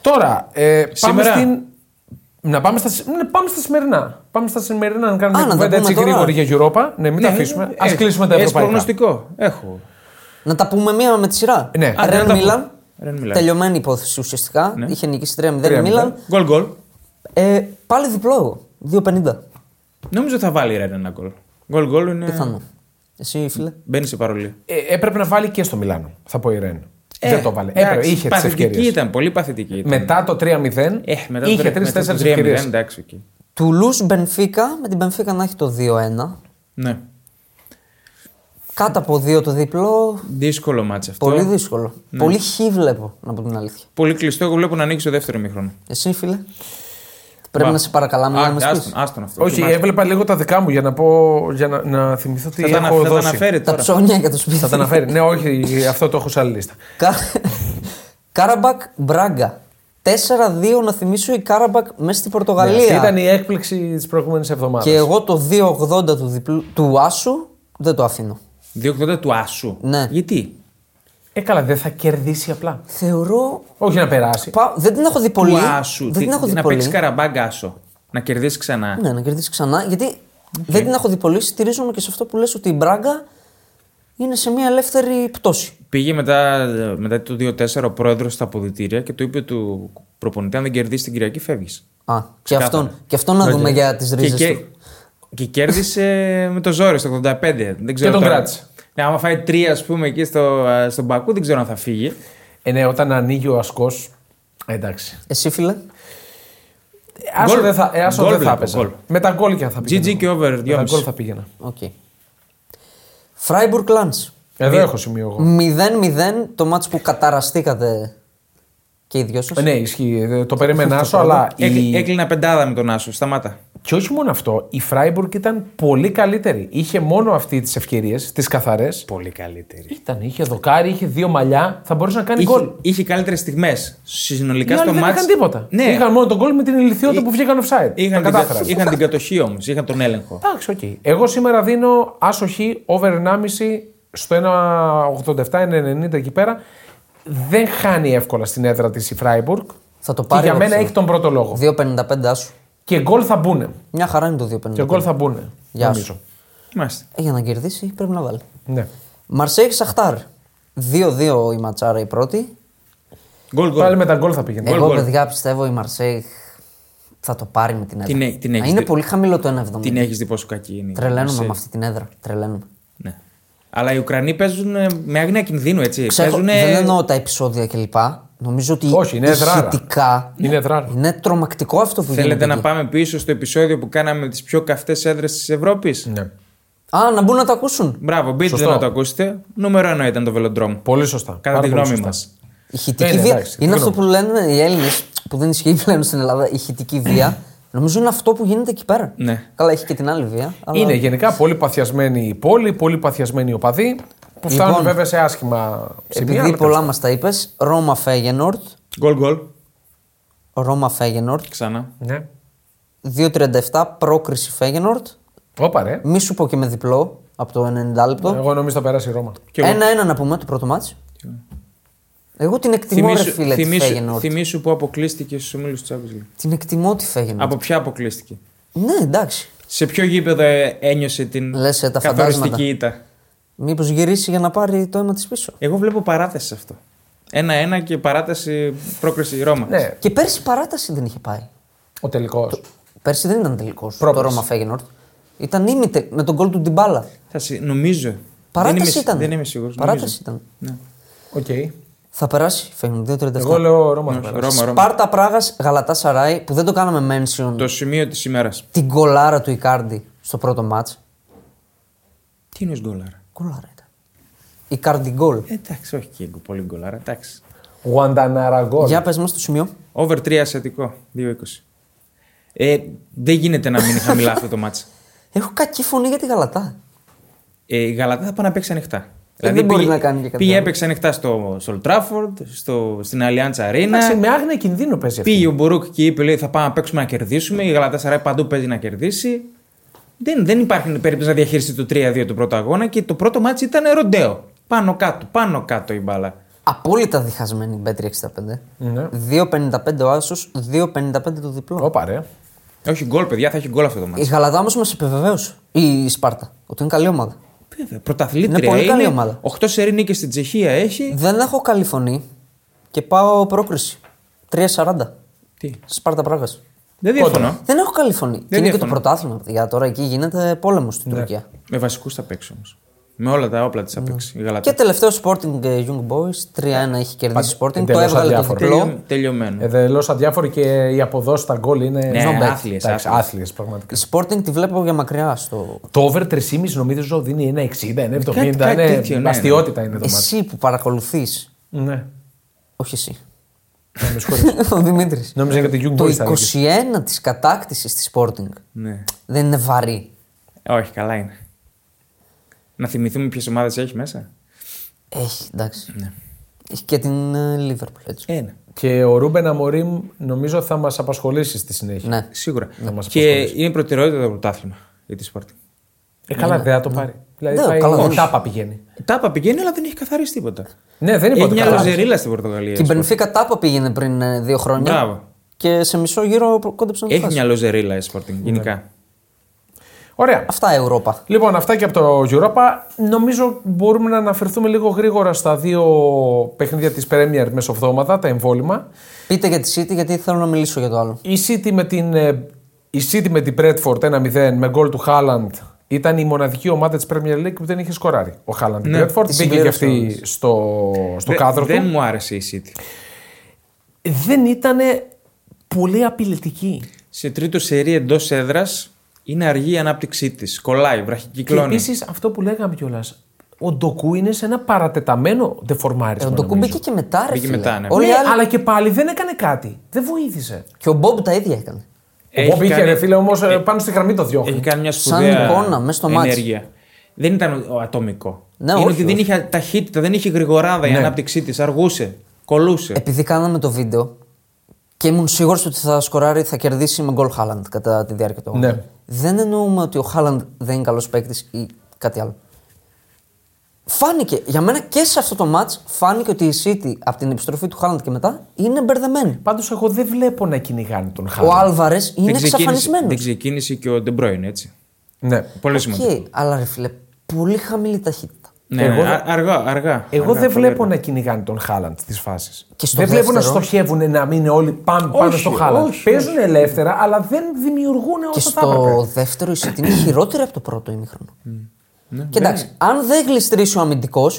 Τώρα, ε, πάμε Σήμερα. στην. Να πάμε στα, σι- ναι, πάμε στα σημερινά. Πάμε στα σημερινά να κάνουμε μια Α, να τα κουβέντα πούμε έτσι τώρα. γρήγορη για Europa. Ναι, μην τα αφήσουμε. Α Έχεις- κλείσουμε τα έχεις ευρωπαϊκά. Ε, προγνωστικό. Έχω. Να τα πούμε μία με τη σειρά. Ναι. Άντε, να τα Ρεν πούμε. Μίλαν. Ρεν Μίλαν. Τελειωμένη υπόθεση ουσιαστικά. Ναι. Είχε νικήσει 3-0 3-0. Μίλαν. Γκολ γκολ. Ε, πάλι διπλό εγώ. 2-50. Νομίζω θα βάλει ρε ένα γκολ. Γκολ γκολ είναι. Πιθανό. Εσύ, φίλε. Μπαίνει σε παρολί. Ε, έπρεπε να βάλει και στο Μιλάνο. Θα πω η Ρεν. Δεν το βάλε. Ε, εντάξει, Έπρεπε, είχε τις Παθητική ευκαιρίες. ήταν, πολύ παθητική. Ήταν. Μετά το 3-0 Ε, μετά το είχε τρία- μετά το 3-4 3-0, ευκαιρίες. Εντάξει, εκεί. Τουλούς Μπενφίκα με την Μπενφίκα να έχει το 2-1. Ναι. Κάτω από 2 το διπλό. Δύσκολο μάτς αυτό. Πολύ δύσκολο. Πολύ χι βλέπω, να πω την αλήθεια. Πολύ κλειστό. Εγώ βλέπω να ανοίξει το δεύτερο μήχρονο. Εσύ, φίλε. Πρέπει να σε παρακαλάμε να Α, με Άστον, σπίσεις. άστον αυτό. Όχι, Μάλιστα. έβλεπα λίγο τα δικά μου για να, πω, για να, να θυμηθώ τι θα τα, έχω ανα- θα τα δώσει. αναφέρει Τα τώρα. ψώνια για το σπίτι. Θα τα αναφέρει. ναι, όχι, αυτό το έχω σε άλλη λίστα. [LAUGHS] Κα- Κάραμπακ Μπράγκα. 4-2 να θυμίσω η Κάραμπακ μέσα στην Πορτογαλία. Ναι, Αυτή ήταν η έκπληξη της προηγούμενης εβδομάδας. Και εγώ το 2,80 του, διπλού, του Άσου δεν το αφήνω. 2,80 του Άσου. Ναι. Γιατί. Ε, καλά, δεν θα κερδίσει απλά. Θεωρώ. Όχι να περάσει. Πα... Δεν την έχω δει πολύ. Του Άσου. Δεν την Τι- έχω δει να πολύ. παίξεις καραμπάγκα Άσο. Να κερδίσεις ξανά. Ναι, να κερδίσεις ξανά. Γιατί δεν την έχω δει πολύ. Στηρίζομαι και σε αυτό που λες ότι η Μπράγκα είναι σε μια ελεύθερη πτώση. Πήγε μετά, μετά το 2-4 ο πρόεδρος στα αποδητήρια και του είπε του προπονητή: Αν δεν κερδίσεις την Κυριακή, φεύγεις. Α, και Ξεκάθαρα. αυτόν, και αυτόν να δούμε για τις ρίζε και, του. και κέρδισε με το ζόρι στο 85. Δεν ξέρω τον τώρα. κράτησε. Ναι, άμα φάει τρία, ας πούμε, εκεί στο, στον Πακού, δεν ξέρω αν θα φύγει. Ε, ναι, όταν ανοίγει ο ασκός. Εντάξει. Εσύ, φίλε. Ε, Άσο Γκολ. δεν θα, ε, άσο Γκολ δεν θα βλέπω, έπαιζα. γκολ. Με τα γκολ και θα πήγαινα. GG και over Με τα 2,5. γκολ θα πήγαινα. Οκ. Φράιμπουργκ Λάντ. Εδώ έχω σημείο εγώ. 0-0 το μάτς που καταραστήκατε και οι δυο σας. Ε, Ναι, ισχύει. Ε, Το περίμενα Αυτό σου, το αλλά. Έκλει- η- Έκλεινα πεντάδα με τον Άσο. Σταμάτα. Και όχι μόνο αυτό, η Φράιμπουργκ ήταν πολύ καλύτερη. Είχε μόνο αυτή τις ευκαιρίες, τις καθαρές. Πολύ καλύτερη. Ήταν, είχε δοκάρι, είχε δύο μαλλιά, θα μπορούσε να κάνει γκολ. Είχε, είχε καλύτερες στιγμές. Συνολικά Οι άλλοι στο δεν μάτς... είχαν τίποτα. Ναι, Είχαν μόνο τον γκολ με την ηλικιότητα Ε, που βγήκαν offside. είχαν, τα την, κα- κατάφεραν. είχαν την κατοχή όμως. Είχαν τον έλεγχο. Εντάξει, οκ. Εγώ σήμερα δίνω άσοχη over 1,5 στο 1,87-1,90 εκεί πέρα. Δεν χάνει εύκολα στην έδρα της η Φράιμπουργκ. Θα το Και πάρει. για εγώ μένα πιστεύω. έχει τον πρώτο λόγο. 2.55 άσου. Και γκολ θα μπουν. Μια χαρά είναι το 2.55. Και γκολ θα μπουν. Γεια σου. νομίζω. Μάλιστα. Ε, για να κερδίσει πρέπει να βάλει. Ναι. Μαρσέικ Σαχτάρ. 2-2 η ματσάρα η πρώτη. Γκολ, γκολ. Πάλι με τα γκολ θα πήγαινε. Εγώ, γκολ. παιδιά, πιστεύω η Μαρσέικ θα το πάρει με την έδρα. Την έ- την έχεις είναι δει. πολύ χαμηλό το 1,70. Την ε- έχεις δει πόσο κακή είναι. η Τρελαίνουμε Μαρσέη. με αυτή την έδρα. Τρελαίνουμε. Ναι. Αλλά οι Ουκρανοί παίζουν ε, με άγνοια κινδύνου, έτσι. Ξέχω- Παίζουν. Δεν εννοώ τα επεισόδια κλπ. Νομίζω ότι Όχι, είναι εδράρα. ηχητικά Είναι εδράρα. είναι τρομακτικό αυτό που Θέλετε γίνεται. να εκεί. πάμε πίσω στο επεισόδιο που κάναμε τις πιο καυτές έδρες της Ευρώπης. Ναι. Α, να μπουν να τα ακούσουν. Μπράβο, μπείτε Σωστό. να το ακούσετε. Νούμερο ένα ήταν το βελοντρόμ. Πολύ σωστά. Κατά τη Πάρα πολύ γνώμη σωστά. μας. Ηχητική Είναι, βία. Ναι, εντάξει, είναι τι αυτό που λένε οι Έλληνες, που δεν ισχύει πλέον στην Ελλάδα, ηχητική βία. Νομίζω είναι αυτό που γίνεται εκεί πέρα. Ναι. Καλά, έχει και την άλλη βία. Αλλά... Είναι γενικά πολύ παθιασμένη η πόλη, πολύ παθιασμένη η οπαδή. Που φτάνουν Λοιπόν, βέβαια σε άσχημα σημεία. Επειδή αλλά πολλά μας τα είπες, Ρώμα Φέγενορτ. Γκολ γκολ. Ρώμα Φέγενορτ. Ξανά. τέλος. Ναι. 2.37 πρόκριση Φέγενορτ. Όπα ρε. Μη σου πω και με διπλό από το 90 λεπτό. Εγώ νομίζω θα περάσει η Ρώμα. Κι εγώ. Ένα-ένα να πούμε το πρώτο μάτς. Εγώ την εκτιμώ, ρε φίλε, τη θυμήσου, Φέγενορτ. θυμήσου που αποκλείστηκε στους ομίλους του Champions League. Την εκτιμώ τη Φέγενορτ. Από ποια αποκλείστηκε. Ναι, εντάξει. Σε ποιο γήπεδο ε, ένιωσε την Λες, ε, τα καθοριστική φαντάσματα. ήττα. Μήπως γυρίσει για να πάρει το αίμα της πίσω. Εγώ βλέπω παράθεση σε αυτό. Ένα-ένα και παράταση πρόκριση Ρώμα. Ναι, Και πέρσι παράταση δεν είχε πάει. ο τελικός. Πέρσι δεν ήταν τελικός. Το Πρόπερσι. Ρώμα Φέγενορτ. Ήταν ήμιτε με τον κόλ του Ντιμπάλα. Θα συ- νομίζω. Παράταση δεν είμαι, σι- ήταν. Δεν είμαι σίγουρος. Παράταση ήταν. Ναι. Οκ. Θα περάσει, φαίνεται. 2.37. Εγώ λέω Ρώμα. θα Ναι, Όχι, περάσει. Ρώμα, Ρώμα. Σπάρτα Πράγας, Γαλατά Σαράι, που δεν το κάναμε mention. Το σημείο της ημέρας. Την κολάρα του Ικάρντι στο πρώτο μάτ. Τι είναι ο Γκολάρα. Κολάρα ήταν. Ικάρντι γκολ. Ε, Εντάξει, όχι και πολύ γκολάρα. Εντάξει. Γουανταναραγκόλ. Για πες μας το σημείο. Over 3 ασιατικό. 2-20. Ε, δεν γίνεται να μείνει χαμηλά αυτό το μάτσα. Έχω κακή φωνή για τη Γαλατά. Ε, η Γαλατά θα πάει να παίξει ανοιχτά. Ε, Δηλαδή δεν μπορεί να κάνει και κάτι πήγε, άλλο. έπαιξε ανοιχτά στο Σολ Τράφορντ, στο, στην Αλιάντσα Εντάξει, Αρίνα. με άγνοια κινδύνου παίζει αυτή. Πήγε ο Μπουρούκ και είπε: λέει, Θα πάμε να παίξουμε να κερδίσουμε. Η Γαλατά Σαράι παντού παίζει να κερδίσει. Δεν, δεν υπάρχει περίπτωση να διαχειριστεί το 3-2 του πρώτο αγώνα και το πρώτο μάτι ήταν ροντέο. Πάνω κάτω, πάνω κάτω η μπάλα. Απόλυτα διχασμένη η Μπέτρη 65. Ναι. 2.55 ο Άσος, 2.55 το διπλό. Όπα ρε. Ναι. Όχι γκολ, παιδιά, θα έχει γκολ αυτό το μάτι. Η Γαλατά όμως μας επιβεβαίωσε. Η Σπάρτα. Ότι είναι καλή ομάδα. Βέβαια, πρωταθλήτρια. Ε, Είναι πολύ καλή ομάδα. 8 σερή νίκες στην Τσεχία έχει. Δεν έχω καλή φωνή και πάω πρόκριση. 3.40. Τι. Σπάρτα Πράγας. Δεν διαφωνώ. Δεν έχω καλή φωνή. και είναι και το διαφωνώ. πρωτάθλημα. Για τώρα εκεί γίνεται πόλεμος στην Τουρκία. Με βασικούς θα παίξει όμως. Με όλα τα όπλα της θα παίξει. Η Ναι. Και Γαλατά. τελευταίο Sporting ε, Young Boys. 3-1 είχε κερδίσει Πάντα- Sporting. Το εντελώς έβγαλε το αδιάφορο. διπλό. Ε, τελειωμένο. Εδελώ αδιάφοροι και οι αποδόσει στα γκολ είναι. Ναι, Εντάξει, άθλιες, εντάξει, άθλιες. άθλιες, πραγματικά. Η Sporting τη βλέπω για μακριά στο. Το over 3,5 νομίζω δίνει ένα 60, ένα 70. κάτι τέτοιο, Είναι ναι. αστείωτητα είναι το μάτι. Εσύ που παρακολουθείς. Ναι. Όχι εσύ. Να με συγχωρείς. Ο Δημήτρης. [LAUGHS] Νόμιζα για την Young Το Boys θα 21 δίκεις. της κατάκτησης της Sporting Ναι. δεν είναι βαρύ. Όχι, καλά είναι. Να θυμηθούμε ποιες ομάδες έχει μέσα. Έχει, εντάξει. Έχει και την ε, Liverpool έτσι. Ένα. Και ο Ρούμπεν Αμορίμ νομίζω θα μας απασχολήσει στη συνέχεια. Ναι. Σίγουρα. Να μας Και είναι προτεραιότητα το πρωτάθλημα για τη Sporting. Ε, καλά, δεν θα το πάρει. Δηλαδή Δεν, πάει καλά, ο όχι. Τάπα πηγαίνει. Τάπα πηγαίνει, αλλά δεν έχει καθαρίσει τίποτα. Ναι, δεν είπα Έχει ότι μια καλά. λοζερίλα στην Πορτογαλία. Και η η Sporting. Μπενφίκα τάπα πήγαινε πριν ε, δύο χρόνια. Μπράβο. Και σε μισό γύρο κόντεψαν να Έχει φτάσει. μια λοζερίλα η Sporting γενικά. Ωραία. Αυτά Ευρώπα. Λοιπόν, αυτά και από το Europa. Νομίζω μπορούμε να αναφερθούμε λίγο γρήγορα στα δύο παιχνίδια της Premier μεσοβδόματα, τα εμβόλυμα. Πείτε για τη City γιατί θέλω να μιλήσω για το άλλο. Η City με την, ε, η City με την Bradford 1-0 με γκολ του Χάλαντ ήταν η μοναδική ομάδα της Premier League που δεν είχε σκοράρει. Ο Χάλαντ. Ναι, η Bradford τη μπήκε και συμπλήρωσε αυτή στο, στο Δε- κάδρο δεν του. μου άρεσε η City. Δεν ήταν πολύ απειλητική. Σε τρίτο σερί εντός έδρας είναι αργή η ανάπτυξή της. Κολλάει, Και βραχικυκλώνει. επίσης αυτό που λέγαμε κιόλας. Ο Ντοκού είναι σε ένα παρατεταμένο Ε, ντεφορμάρισμα. το νομίζω. κουμπίκι και μετά, ρε Μπήκε φίλε. μετά, ναι. Όλοι οι Ναι, άλλοι- αλλά και πάλι δεν έκανε κάτι. Δεν βοήθησε. Και ο Μπόμπ τα ίδια έκανε. Έχει Ο Μπομπ είχε, κάνει- ε, ρε φίλε, ε, όμω πάνω στη γραμμή το διώχνει. Έχει κάνει μια Σαν σπουδαία εικόνα, μες στο μάτς. ενέργεια. Δεν ήταν ο- ατομικό. Ναι, είναι όχι, ότι δεν όχι. είχε ταχύτητα, δεν είχε γρηγοράδα η ανάπτυξή της. Αργούσε. Κολούσε. Επειδή κάναμε το βίντεο και ήμουν σίγουρος ότι θα σκοράρει, θα κερδίσει με γκολ Χάλαντ κατά τη διάρκεια του αγώνα. Ναι. Δεν εννοούμε ότι ο Χάλαντ δεν είναι καλός παίκτης ή κάτι άλλο. Φάνηκε, για μένα και σε αυτό το match, φάνηκε ότι η City από την επιστροφή του Χάλαντ και μετά είναι μπερδεμένη. Πάντως, εγώ δεν βλέπω να κυνηγάνε τον Χάλαντ. Ο Άλβαρες είναι δεν, ξεκίνησε, εξαφανισμένος. δεν ξεκίνησε και ο Ντεμπρόιν έτσι. Ναι. Πολύ σημαντικό. Οκ, αλλά ρε φίλε, πολύ χαμηλή ταχύτητα. Ναι, Εγώ εγώ... δεν- αργά, αργά. Εγώ αργά, δεν πολύ βλέπω να κυνηγάνε τον Χάλαντ τι φάσεις. Και στο Δεν βλέπω να δεύτερο- στοχεύουν να μην είναι όλοι πάνω, πάνω Όχι, στο Χάλαντ. όχι, Παίζουν ελεύθερα, αλλά δεν δημιουργούν Και όσο θα στο έπρεπε. δεύτερο η [CLEARS THROAT] City είναι χειρότερη από το πρώτο ημίχρονο. Ναι, Και εντάξει, αν δεν γλιστρήσει ο αμυντικός,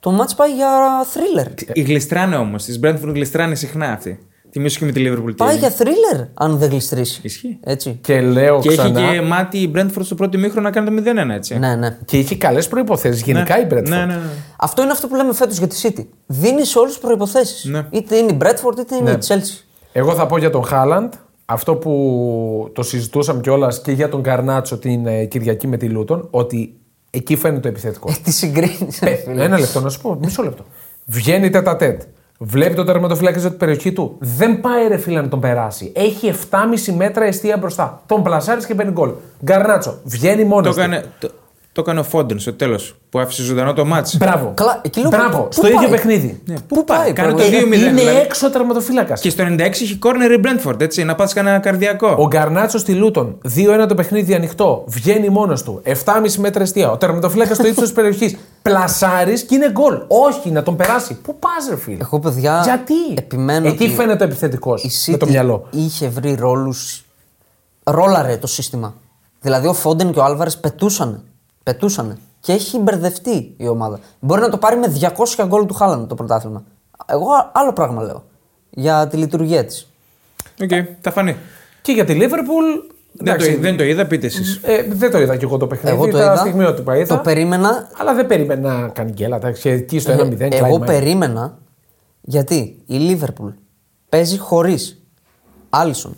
το μάτς πάει για θρίλερ. αργά. Οι γλιστράνε όμως. Τη Brentford γλιστράνε συχνά αυτοί. Θυμίσω και με τη Liverpool. τι Πάει έγινε. για θρίλερ, αν δεν γλιστρήσει. Ισχύει. Έτσι. Και λέω Και έχει ξανά. και μάτι η Brentford στο πρώτο μήχρονο να κάνει το 0-1 Ε. έτσι. Ναι, ναι. Και είχε καλές προποθέσει. Γενικά η Brentford. Ναι, ναι, ναι. Αυτό είναι αυτό που λέμε φέτος για τη City. Δίνει σε όλου προποθέσει. Ναι. Είτε είναι η Bradford είτε Ναι. είναι η Chelsea. Εγώ θα πω για τον Χάλαντ αυτό που το συζητούσαμε κιόλας και για τον Καρνάτσο την ε, Κυριακή με τη Λούτον, ότι εκεί φαίνεται το επιθετικό. Ε, τι συγκρίνει. Ε, Ένα λεπτό, να σου πω, μισό λεπτό. Βγαίνει τέτα τέτ. Βλέπει τον τερματοφυλάκη από την περιοχή του. Δεν πάει ρε φίλε να τον περάσει. Έχει 7,5 μέτρα αιστεία μπροστά. Τον πλασάρεις και παίρνει γκολ. Γκαρνάτσο. Βγαίνει Το μόνο. έκανε, το, το έκανε ο Φόντεν στο τέλος που άφησε ζωντανό το μάτσο. Μπράβο. Καλά, εκεί λέω, Μπράβο. πού Στο πάει? Ναι. ίδιο παιχνίδι. Ναι, Ναι. Πού πάει, Ε, Κάνε το πραγματικά. 2-0. Είναι δηλαδή. έξω τερματοφύλακας. Και στο 96 είχε corner η Brentford, έτσι, να πάθει κανένα καρδιακό. Ο Γκαρνάτσο στη Λούτον. 2-1 το παιχνίδι ανοιχτό. Βγαίνει μόνος του. 7,5 μέτρα αιστεία. Ο τερματοφύλακας στο ύψος της περιοχής. Πλασάρεις και είναι γκολ. Όχι, να τον περάσει. Πού πας, ρε φίλε. Εγώ, παιδιά, Γιατί. επιμένω Εκεί ότι φαίνεται επιθετικός. η Με το City μυαλό. είχε βρει ρόλους. Ρόλαρε το σύστημα. Δηλαδή ο Φόντεν και ο Άλβαρες πετούσαν. Πετούσαν. Και έχει μπερδευτεί η ομάδα. Μπορεί να το πάρει με 200 γκολ του Χάλαντ το πρωτάθλημα. Εγώ άλλο πράγμα λέω. Για τη λειτουργία της. Οκ, θα φανεί. Και για τη Λίβερπουλ. Δεν το, δεν το είδα, πείτε εσεί. ε, δεν το είδα και εγώ το παιχνίδι. Εγώ το τα είδα. στιγμιότυπα είδα. Το περίμενα. Αλλά δεν περίμενα να κάνει γκέλα. εντάξει, Εκεί στο 1-0 Ε, εγώ κλάιμα. περίμενα. Γιατί η Λίβερπουλ παίζει χωρίς Άλισον,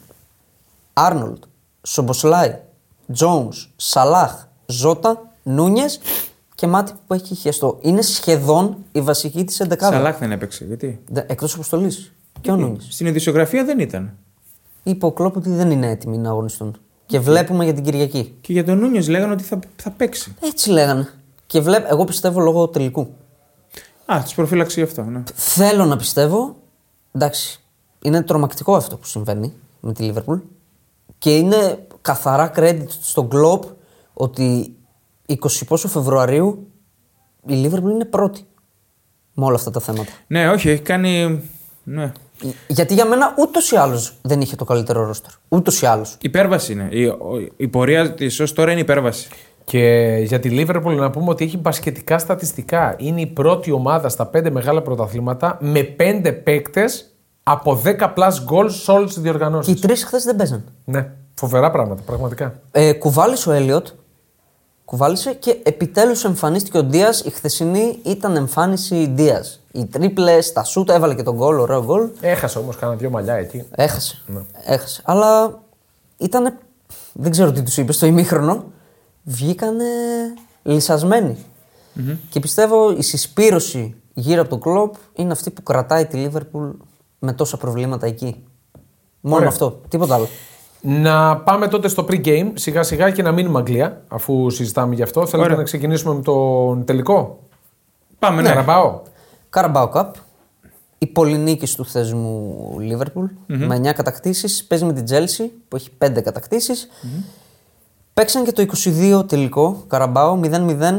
Άρνολτ, Σομποσλάι, Τζόουν, Σαλάχ, Ζώτα, Νούνιες και μάτι που έχει χεστό. Είναι σχεδόν η βασική της 11η. Σαλάχ Ε, δεν έπαιξε. Γιατί. Εκτός αποστολής. Και ο Νούνιες. Στην ειδησιογραφία δεν ήταν. Είπε ο Κλόπ ότι δεν είναι έτοιμοι να αγωνιστούν. Και βλέπουμε για την Κυριακή. Και για τον Νούνιο λέγανε ότι θα, θα παίξει. Έτσι λέγανε. Και βλέπ, εγώ πιστεύω λόγω τελικού. Α, του προφύλαξε γι' αυτό. Ναι. Θέλω να πιστεύω. Εντάξει, είναι τρομακτικό αυτό που συμβαίνει με τη Λίβερπουλ. Και είναι καθαρά credit στον Κλοπ ότι 20 πόσο Φεβρουαρίου η Λίβερπουλ είναι πρώτη με όλα αυτά τα θέματα. Ε, ναι, όχι, έχει κάνει. Ναι. Γιατί για μένα ούτως ή άλλως δεν είχε το καλύτερο ρόστερ. Ούτως ή άλλως. Υπέρβαση είναι. Η, ο- η πορεία της ως τώρα είναι υπέρβαση. Και για τη Λίβερπουλ να πούμε ότι έχει μπασκετικά στατιστικά. Είναι η πρώτη ομάδα στα πέντε μεγάλα πρωταθλήματα με πέντε παίκτες από 10 plus goals σε όλες τις Και οι διοργανώσεις. τρεις χθες δεν παίζαν. Ναι, φοβερά πράγματα, πραγματικά. Ε, κουβάλησε ο Έλιοτ. Κουβάλησε και επιτέλους εμφανίστηκε ο Δίας. Η χθεσινή ήταν εμφάνιση Δίας. Οι τρίπλες, τα σούτα, έβαλε και τον γκολ, ωραίο γκολ. Έχασε όμως κάνα δύο μαλλιά εκεί. Έχασε. Έχασε. Αλλά ήταν. Δεν ξέρω τι τους είπες στο ημίχρονο. Βγήκανε λυσασμένοι. Και πιστεύω η συσπήρωση γύρω από τον κλοπ είναι αυτή που κρατάει τη Λίβερπουλ με τόσα προβλήματα εκεί. Μόνο αυτό. Τίποτα άλλο. Να πάμε τότε στο pre-game σιγά σιγά και να μείνουμε Αγγλία, αφού συζητάμε γι' αυτό. Θέλετε Ωραία. να ξεκινήσουμε με τον τελικό. Πάμε, ναι. Καραμπάο. Carabao Cup. Η πολυνίκης του θεσμού Liverpool, με 9 κατακτήσεις. Παίζει με την Chelsea που έχει 5 κατακτησει Παίξαν και το 22 τελικό Καραμπάο 0-0,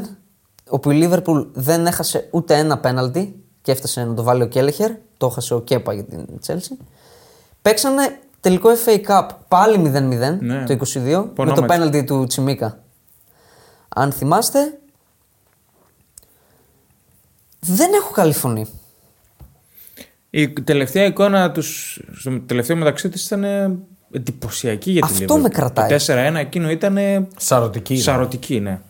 όπου η Liverpool δεν έχασε ούτε ένα πέναλτι και έφτασε να το βάλει ο Κέλεχερ. Το έχασε ο Κέπα για την Chelsea. Παίξανε τελικό FA Cup πάλι 0-0 Ναι. το 22 Πονό με το μάτς. πέναλτι του Τσιμίκα. Αν θυμάστε, δεν έχω καλή φωνή. Η τελευταία εικόνα τους στο τελευταίο μεταξύ του ήταν ε, εντυπωσιακή για τη Αυτό Liverpool. με κρατάει. Το 4-1 εκείνο ήταν ε, Σαρωτική. είναι. σαρωτική, ναι.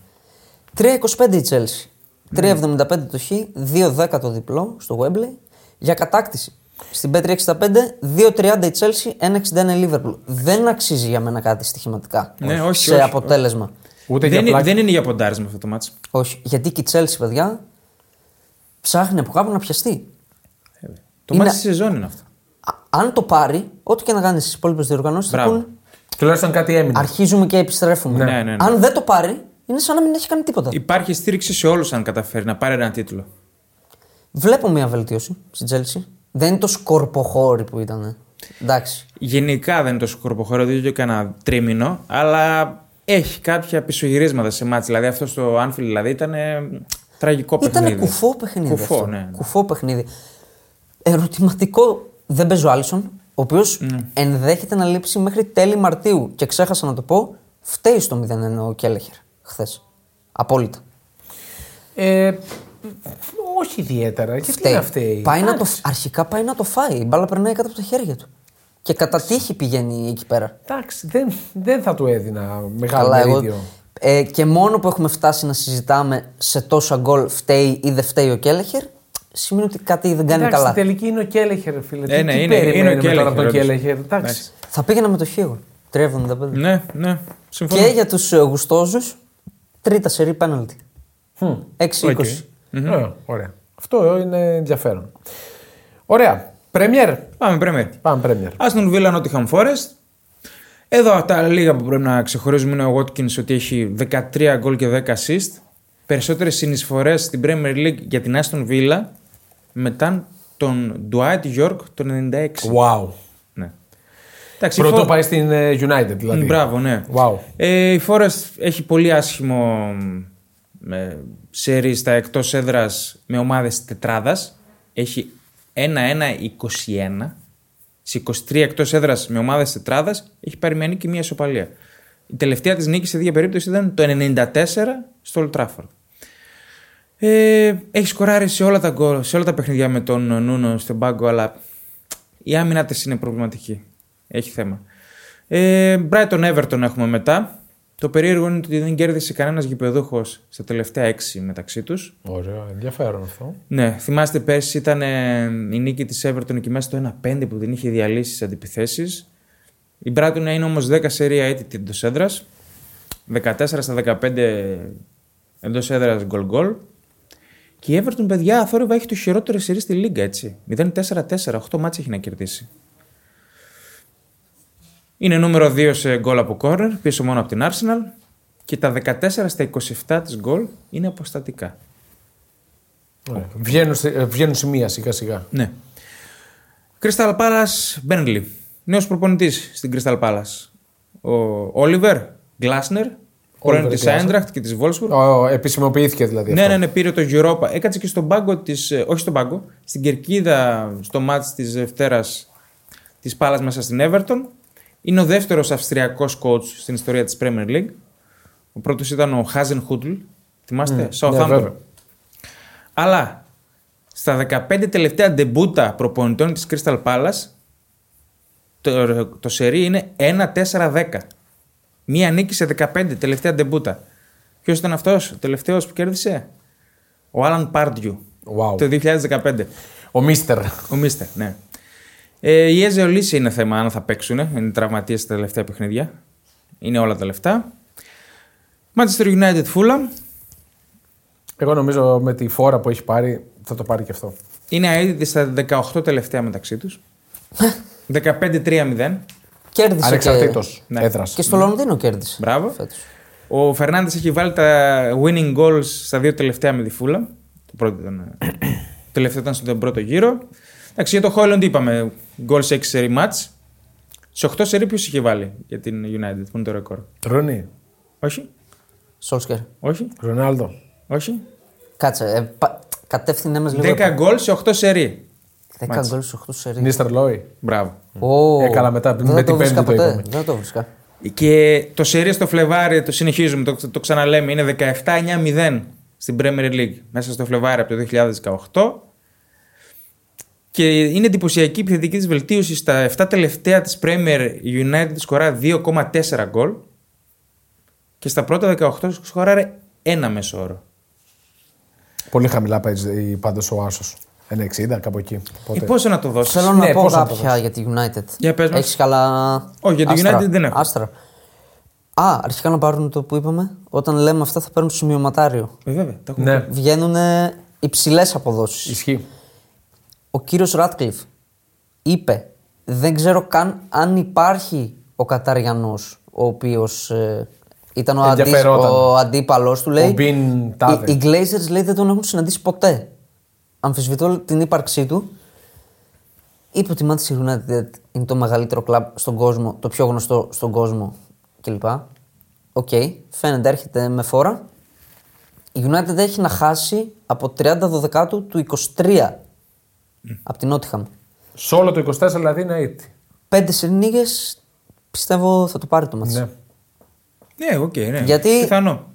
3,25 η Chelsea. 3,75 το χ, 2,10 το διπλό στο Wembley. Για κατάκτηση. Στην Bet365, 2,30 η Chelsea, 1,61 η Liverpool. Δεν αξίζει για μένα κάτι στοιχηματικά. Ναι, όχι, σε όχι, αποτέλεσμα. Ούτε για δεν, είναι- πλάκα. δεν είναι για ποντάρισμα αυτό το μάτσο. Όχι. Γιατί και η Chelsea, παιδιά, ψάχνει από κάπου να πιαστεί. Το Είναι- μάτι της σεζόν είναι αυτό. Α- αν το πάρει, ό,τι και να κάνει στις υπόλοιπες διοργανώσεις, θα Μπράβο. πούν Τουλάχιστον κάτι έμεινε. αρχίζουμε και επιστρέφουμε. Ναι, ναι, ναι. Αν δεν το πάρει, είναι σαν να μην έχει κάνει τίποτα. Υπάρχει στήριξη σε όλους αν καταφέρει να πάρει έναν τίτλο. Βλέπω μια βελτίωση στην Chelsea. Δεν είναι το σκορποχώρι που ήταν. ε. Εντάξει. Γενικά δεν είναι τόσο κορποχώρο, δεν το έκανα τρίμηνο, αλλά έχει κάποια πισωγυρίσματα σε μάτς. Δηλαδή αυτό στο Anfield δηλαδή ήταν. ε, Τραγικό παιχνίδι. Ήταν κουφό παιχνίδι. Κουφό, αυτό. ναι, ναι. Κουφό παιχνίδι. Ερωτηματικό δεν παίζει ο Άλισον, ο οποίος Ναι. ενδέχεται να λείψει μέχρι τέλη Μαρτίου. Και ξέχασα να το πω, φταίει στο 0-1 ο Κέλεχερ χθες. Απόλυτα. Ε, όχι ιδιαίτερα. Γιατί να φταίει. Πάει να το, Εντάξει. αρχικά πάει να το φάει. Η μπάλα περνάει κάτω από τα χέρια του. Και κατά τύχη πηγαίνει εκεί πέρα. Εντάξει, δεν, δεν θα του έδινα μεγάλο Καλά, εγώ. μερίδιο. Ε, και μόνο που έχουμε φτάσει να συζητάμε σε τόσα γκολ φταίει ή δεν φταίει ο Κέλεχερ, σημαίνει ότι κάτι δεν κάνει Εντάξει, καλά. στην τελική είναι ο Κέλεχερ, φίλε. Ε, Τι- ναι, τι είναι- είναι ο περιμένουμε τώρα Κέλεχερ, από τον όντως. Κέλεχερ. Εντάξει. Εντάξει. Θα πήγαινα με το χίγο. 3,75. Ναι, ναι. Συμφωνώ. Και για τους γουστόζους, τρίτα σερή πέναλτι. 6-20. Ε, Ωραία. Αυτό είναι ενδιαφέρον. Ωραία. Πρεμιέρ. Πάμε, Πρέμερ. Πάμε πρέμιερ. Άστον Βίλα Νότιχαμ Φόρεστ. Εδώ τα λίγα που πρέπει να ξεχωρίζουμε είναι ο Βότκιν ότι έχει 13 γκολ και 10 assist. Περισσότερες συνεισφορές στην Premier League για την Άστον Βίλα μετά τον Ντουάιτ Γιόρκ το 96. Wow. Ναι. Εντάξει, η Πρώτο Φο- πάει στην ε, United δηλαδή. Μπράβο, ναι. Wow. Ε, η Forest έχει πολύ άσχημο ε, σερί στα εκτός έδρας με ομάδες τετράδας. Έχει 1-1-21. Σε 23 εκτός έδρας με ομάδες τετράδας έχει πάρει μια νίκη μία ισοπαλία. Η τελευταία της νίκης σε δύο περίπτωση ήταν το 94 στο Old Trafford. Ε, έχει σκοράρει σε όλα, τα γκολ, σε όλα τα παιχνίδια με τον Νούνο στον πάγκο, αλλά η άμυνα της είναι προβληματική. Έχει θέμα. Ε, Brighton Everton έχουμε μετά. Το περίεργο είναι ότι δεν κέρδισε κανένας γηπεδούχος στα τελευταία έξι μεταξύ τους. Ωραίο, ενδιαφέρον αυτό. Ναι, θυμάστε πέρσι ήταν ε, η νίκη της Everton εκεί μέσα στο 1-5 που την είχε διαλύσει στις αντιπιθέσεις. Η Brighton είναι όμως 10 σερία έτη εντός έδρας. 14 στα 15 εντός έδρας γκολ γκολ. Και η Everton, παιδιά, αθόρυβα έχει το χειρότερο σερί στη Λίγκα, έτσι. 0-4-4, 8 μάτς έχει να κερδίσει. Είναι νούμερο 2 σε γκολ από κόρνερ, πίσω μόνο από την Arsenal. Και τα 14 στα 27 της γκολ είναι αποστατικά. Ωραία. Βγαίνουν, στη- ε, βγαίνουν σημεία σιγά σιγά. Ναι. Crystal Palace Burnley. Νέος προπονητής στην Crystal Palace. Ο Όλιβερ Γκλάσνερ. Πρώην της Glasner. Άιντραχτ και της Wolfsburg. Ω, επισημοποιήθηκε δηλαδή. Ναι, αυτό. ναι, ναι, πήρε το Europa. Έκατσε και στον πάγκο της. Όχι στον πάγκο, στην κερκίδα στο μάτς της Δευτέρας της Πάλα μέσα στην Everton. Είναι ο δεύτερος Αυστριακός coach στην ιστορία της Premier League. Ο πρώτος ήταν ο Χάζεν Χούτλ. Θυμάστε, Southampton. Ναι, βέβαια. Αλλά στα 15 τελευταία ντεμπούτα προπονητών της Crystal Palace το, το σερί είναι 1-4-10. Μία νίκη σε 15, τελευταία ντεμπούτα. Ποιος ήταν αυτός, ο τελευταίος που κέρδισε, ο Άλαν Πάρντιου. Wow. Το 2015. Ο Μίστερ. Ο Μίστερ, ναι. Ε, η Έζε Ολύση είναι θέμα αν θα παίξουν. Είναι τραυματίες τα τελευταία παιχνίδια. Είναι όλα τα λεφτά. Manchester United Fulham. Εγώ νομίζω με τη φόρα που έχει πάρει θα το πάρει και αυτό. Είναι αίτητη στα 18 τελευταία μεταξύ τους. 15-3-0. Κέρδισε. Ανεξαρτήτω Και, ναι. έδρας. και στο Λονδίνο κέρδισε. Μπράβο. φέτος. Ο Φερνάνδε έχει βάλει τα winning goals στα δύο τελευταία με τη Φούλα. Το πρώτο ήταν. ε, το τελευταίο ήταν στον πρώτο γύρο. Εντάξει, για το Χόιλοντ είπαμε. Γκολ σε 6 σερή μάτς. Σε 8 σερή ποιος είχε βάλει για την United, που είναι το ρεκόρ. Ρούνι. Όχι, Σόλσκερ. όχι, Ρονάλντο. Ναι. όχι. Κάτσε. Ε, πα... Κατεύθυνε μας λίγο. 10 γκολ σε 8 σερή. 10 γκολ στου 8 σερή. Νίστερ Λόι. Μπράβο. Ω, Ναι. Έκανα μετά, δεν με θα την το βρίσκα Πέμπτη το ποτέ. είπαμε. Δεν θα το βρίσκα. Και το σερί στο Φλεβάρι, το συνεχίζουμε, το, το ξαναλέμε, είναι 17-9-0 στην Premier League μέσα στο Φλεβάρι από το 2018. Και είναι εντυπωσιακή η επιθετική της βελτίωσης στα 7 τελευταία της Premier United σκορά 2,4 γκολ και στα πρώτα 18 σκοράρε ένα μέσο όρο. Πολύ χαμηλά παίζεις πάντως ο Άσο. 1,60 κάπου εκεί. Ε, Πότε. πόσο να το δώσεις. Θέλω Ναι, να πω πώς να το κάποια για τη United. Για πες μας. Έχεις καλά. Όχι, για τη άστρα. United δεν έχω. Άστρα. Α, αρχικά να πάρουν το που είπαμε. Όταν λέμε αυτά θα παίρνουν σημειωματάριο. Ε, βέβαια, τα έχουμε Ναι, Βγαίνουν υψηλές αποδόσεις. ισχύει. Ο κύριος Ράτκλιφ είπε δεν ξέρω καν αν υπάρχει ο Καταριανός ο οποίος ε, ήταν ο, αντί, Ενδιαφερόταν. ο αντίπαλός του λέει. Ο Μπιν Τάδε. Ε, οι, οι Glazers λέει δεν τον έχουν συναντήσει ποτέ. Αμφισβητώ την ύπαρξή του. Είπε ότι η Manchester United είναι το μεγαλύτερο κλαμπ στον κόσμο, το πιο γνωστό στον κόσμο κλπ. Οκ, φαίνεται έρχεται με φόρα. Η United έχει να χάσει από 30 Δωδεκάτου του 23 από την Nottingham. Σε όλο το 24 δηλαδή είναι 80. Πέντε συνήγε πιστεύω θα το πάρει το μάτς. Ναι. Ναι, οκ, ναι. Γιατί- Πιθανό.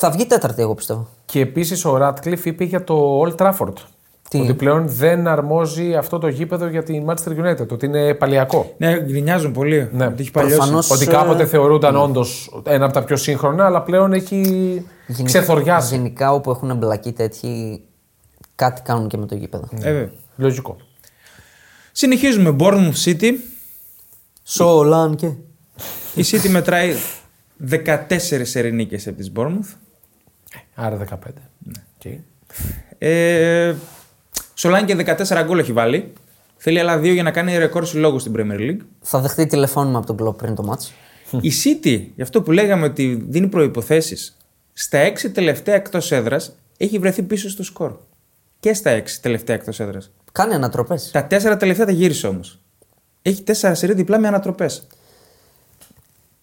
Θα βγει τέταρτη, εγώ πιστεύω. Και επίσης ο Ράτκλιφ είπε για το Old Trafford. Τι? Ότι πλέον δεν αρμόζει αυτό το γήπεδο για τη Manchester United. Ότι είναι παλιακό. Ναι, γκρινιάζουν πολύ. Ναι. Ότι έχει παλιώσει. Προφανώς. Ως, Ότι ε, κάποτε θεωρούνταν όντως ένα από τα πιο σύγχρονα, αλλά πλέον έχει ξεθοριάσει. Γενικά όπου έχουν εμπλακεί τέτοιοι, κάτι κάνουν και με το γήπεδο. Ναι. Ε, βέβαια. Λογικό. Συνεχίζουμε. Bournemouth City. Σολάν και. Η City μετράει 14 ερηνίκες από τις Bournemouth. Άρα 15. Ναι. Οκ. Ε, Σολάν και 14 γκολ έχει βάλει. Θέλει άλλα δύο για να κάνει ρεκόρ συλλόγου στην Premier League. Θα δεχτεί τηλεφώνημα από τον κλοπ πριν το μάτς. Η City, γι' αυτό που λέγαμε ότι δίνει προϋποθέσεις, στα 6 τελευταία εκτός έδρας έχει βρεθεί πίσω στο σκορ. Και στα 6 τελευταία εκτός έδρας. Κάνει ανατροπές. Τα 4 τελευταία τα γύρισε όμως. Έχει 4 σερή διπλά με ανατροπές.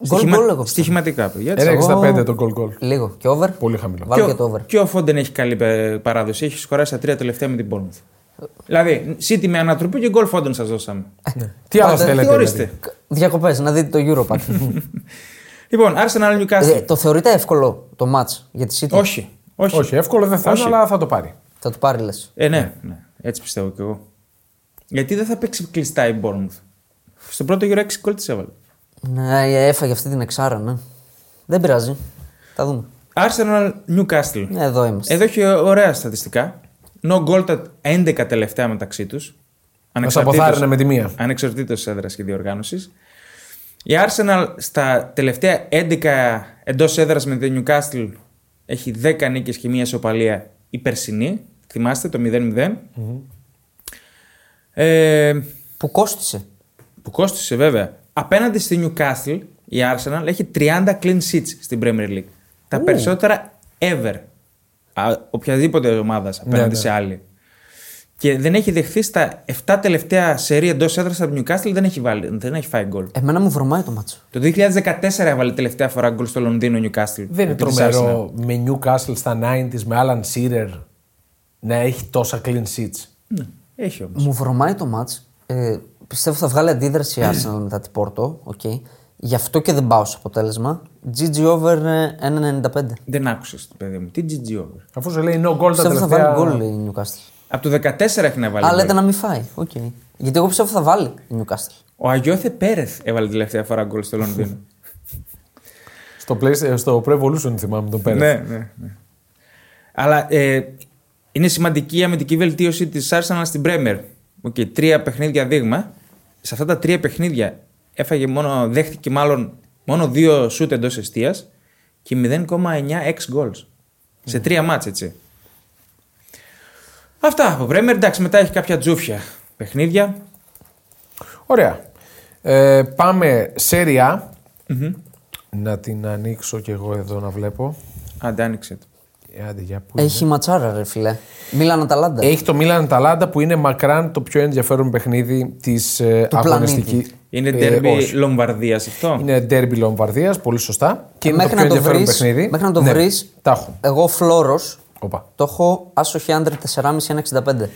Γκολ Στοιχημα- γκολ εγώ. πιστεύω. Στοιχηματικά, παιδιά. έτσι. Ένα Εγώ- 65 το goal goal. Λίγο. Και over. Πολύ χαμηλό. Βάλω ο- και το over. και ο Φόντεν έχει καλή ε, παράδοση. Έχει σκοράσει τα τρία τελευταία με την Bournemouth. Ε, Δηλαδή, City με ανατροπή και γκολ Φόντεν σας δώσαμε. Ναι. Τι άλλο Ε, Πάτε, θέλετε. Ορίστε. δηλαδή. Διακοπές, να δείτε το [LAUGHS] Europack. Λοιπόν, Arsenal Newcastle. Ε, το θεωρείτε εύκολο το match για τη City. όχι, όχι. Όχι, εύκολο δεν θα είναι, Όχι. αλλά θα το πάρει. Θα το πάρει λες. Ε, ναι, ναι, έτσι πιστεύω κι εγώ. Γιατί δεν θα παίξει κλειστά η Bournemouth. Στον πρώτο γύρο 6 γκολ τη έβαλε. Ναι, η έφαγε αυτή την εξάρα, ναι. Δεν πειράζει. Θα δούμε. Arsenal Newcastle. Ναι, Εδώ είμαστε. Ε- Εδώ έχει ωραία στατιστικά. No goal τα 11 τελευταία μεταξύ τους. Μας αποθάρρυνε με τη μία. Ανεξαρτήτως έδρας και διοργάνωσης. Η Arsenal στα τελευταία 11 εντός έδρας με την Newcastle έχει 10 νίκες και μία ισοπαλία η περσινή. Θυμάστε το 0-0. Ε, Που κόστησε. που κόστησε βέβαια. Απέναντι στη Newcastle η Arsenal έχει 30 clean sheets στην Premier League. Τα περισσότερα ever. Α, οποιαδήποτε ομάδα απέναντι ναι. σε άλλη. Και δεν έχει δεχθεί στα 7 τελευταία σερί εντός έδρας από την Newcastle δεν έχει, βάλει, δεν έχει φάει γκολ. Εμένα μου βρωμάει το μάτσο. Το 2014 έβαλε τελευταία φορά γκολ στο Λονδίνο η Newcastle. Δεν είναι επί της Arsenal. τρομερό με Newcastle στα 90s με Alan Shearer να έχει τόσα clean sheets. Ναι, Έχει όμως. Μου βρωμάει το μάτς. Ε, πιστεύω θα βγάλει αντίδραση η Arsenal μετά την Πόρτο. Okay. Γι' αυτό και δεν πάω σε αποτέλεσμα. GG over ε, 1,95. Δεν άκουσες το παιδί μου. Τι GG over. Αφού σου λέει no goal τα Πιστεύω θα τελευταία... βάλει γκολ η Newcastle. Από το 14 έχει να βάλει. Αλλά γκολ. λέτε να μην φάει. Okay. Γιατί εγώ πιστεύω θα βάλει η Newcastle. Ο Αγιώθε Πέρεθ έβαλε τελευταία φορά γκολ στο Λονδίνο. Στο, play, ε, στο Pro Evolution θυμάμαι τον Πέρες. Ναι, ναι, ναι. Αλλά ε, είναι σημαντική η αμυντική βελτίωση της Arsenal στην Πρέμερ. Okay, τρία παιχνίδια δείγμα. Σε αυτά τα τρία παιχνίδια έφαγε μόνο, δέχτηκε μάλλον μόνο δύο σούτ εντός εστία και 0,9 goals. Σε τρία μάτς, έτσι. Αυτά από Πρέμερ. Εντάξει, μετά έχει κάποια τζούφια παιχνίδια. Ωραία. Ε, πάμε σέρια. Να την ανοίξω κι εγώ εδώ να βλέπω. Άντε, άνοιξε το. Ε, Άντε, για πού είναι. Έχει ματσάρα, ρε φιλέ. Μίλαν Αταλάντα. Έχει το Μίλαν Ταλάντα που είναι μακράν το πιο ενδιαφέρον παιχνίδι της ε, πλανήτη. αγωνιστική. Είναι ε, derby όχι. Λομβαρδίας αυτό. Είναι ντέρμπι Λομβαρδίας, πολύ σωστά. Και είναι το Ε, Μέχρι πιο να το ενδιαφέρον βρεις- παιχνίδι. μέχρι να το Ναι, βρεις- Τα έχω. Εγώ φλόρος Οπα. το έχω άσοχη άντρε 4,5-1,65.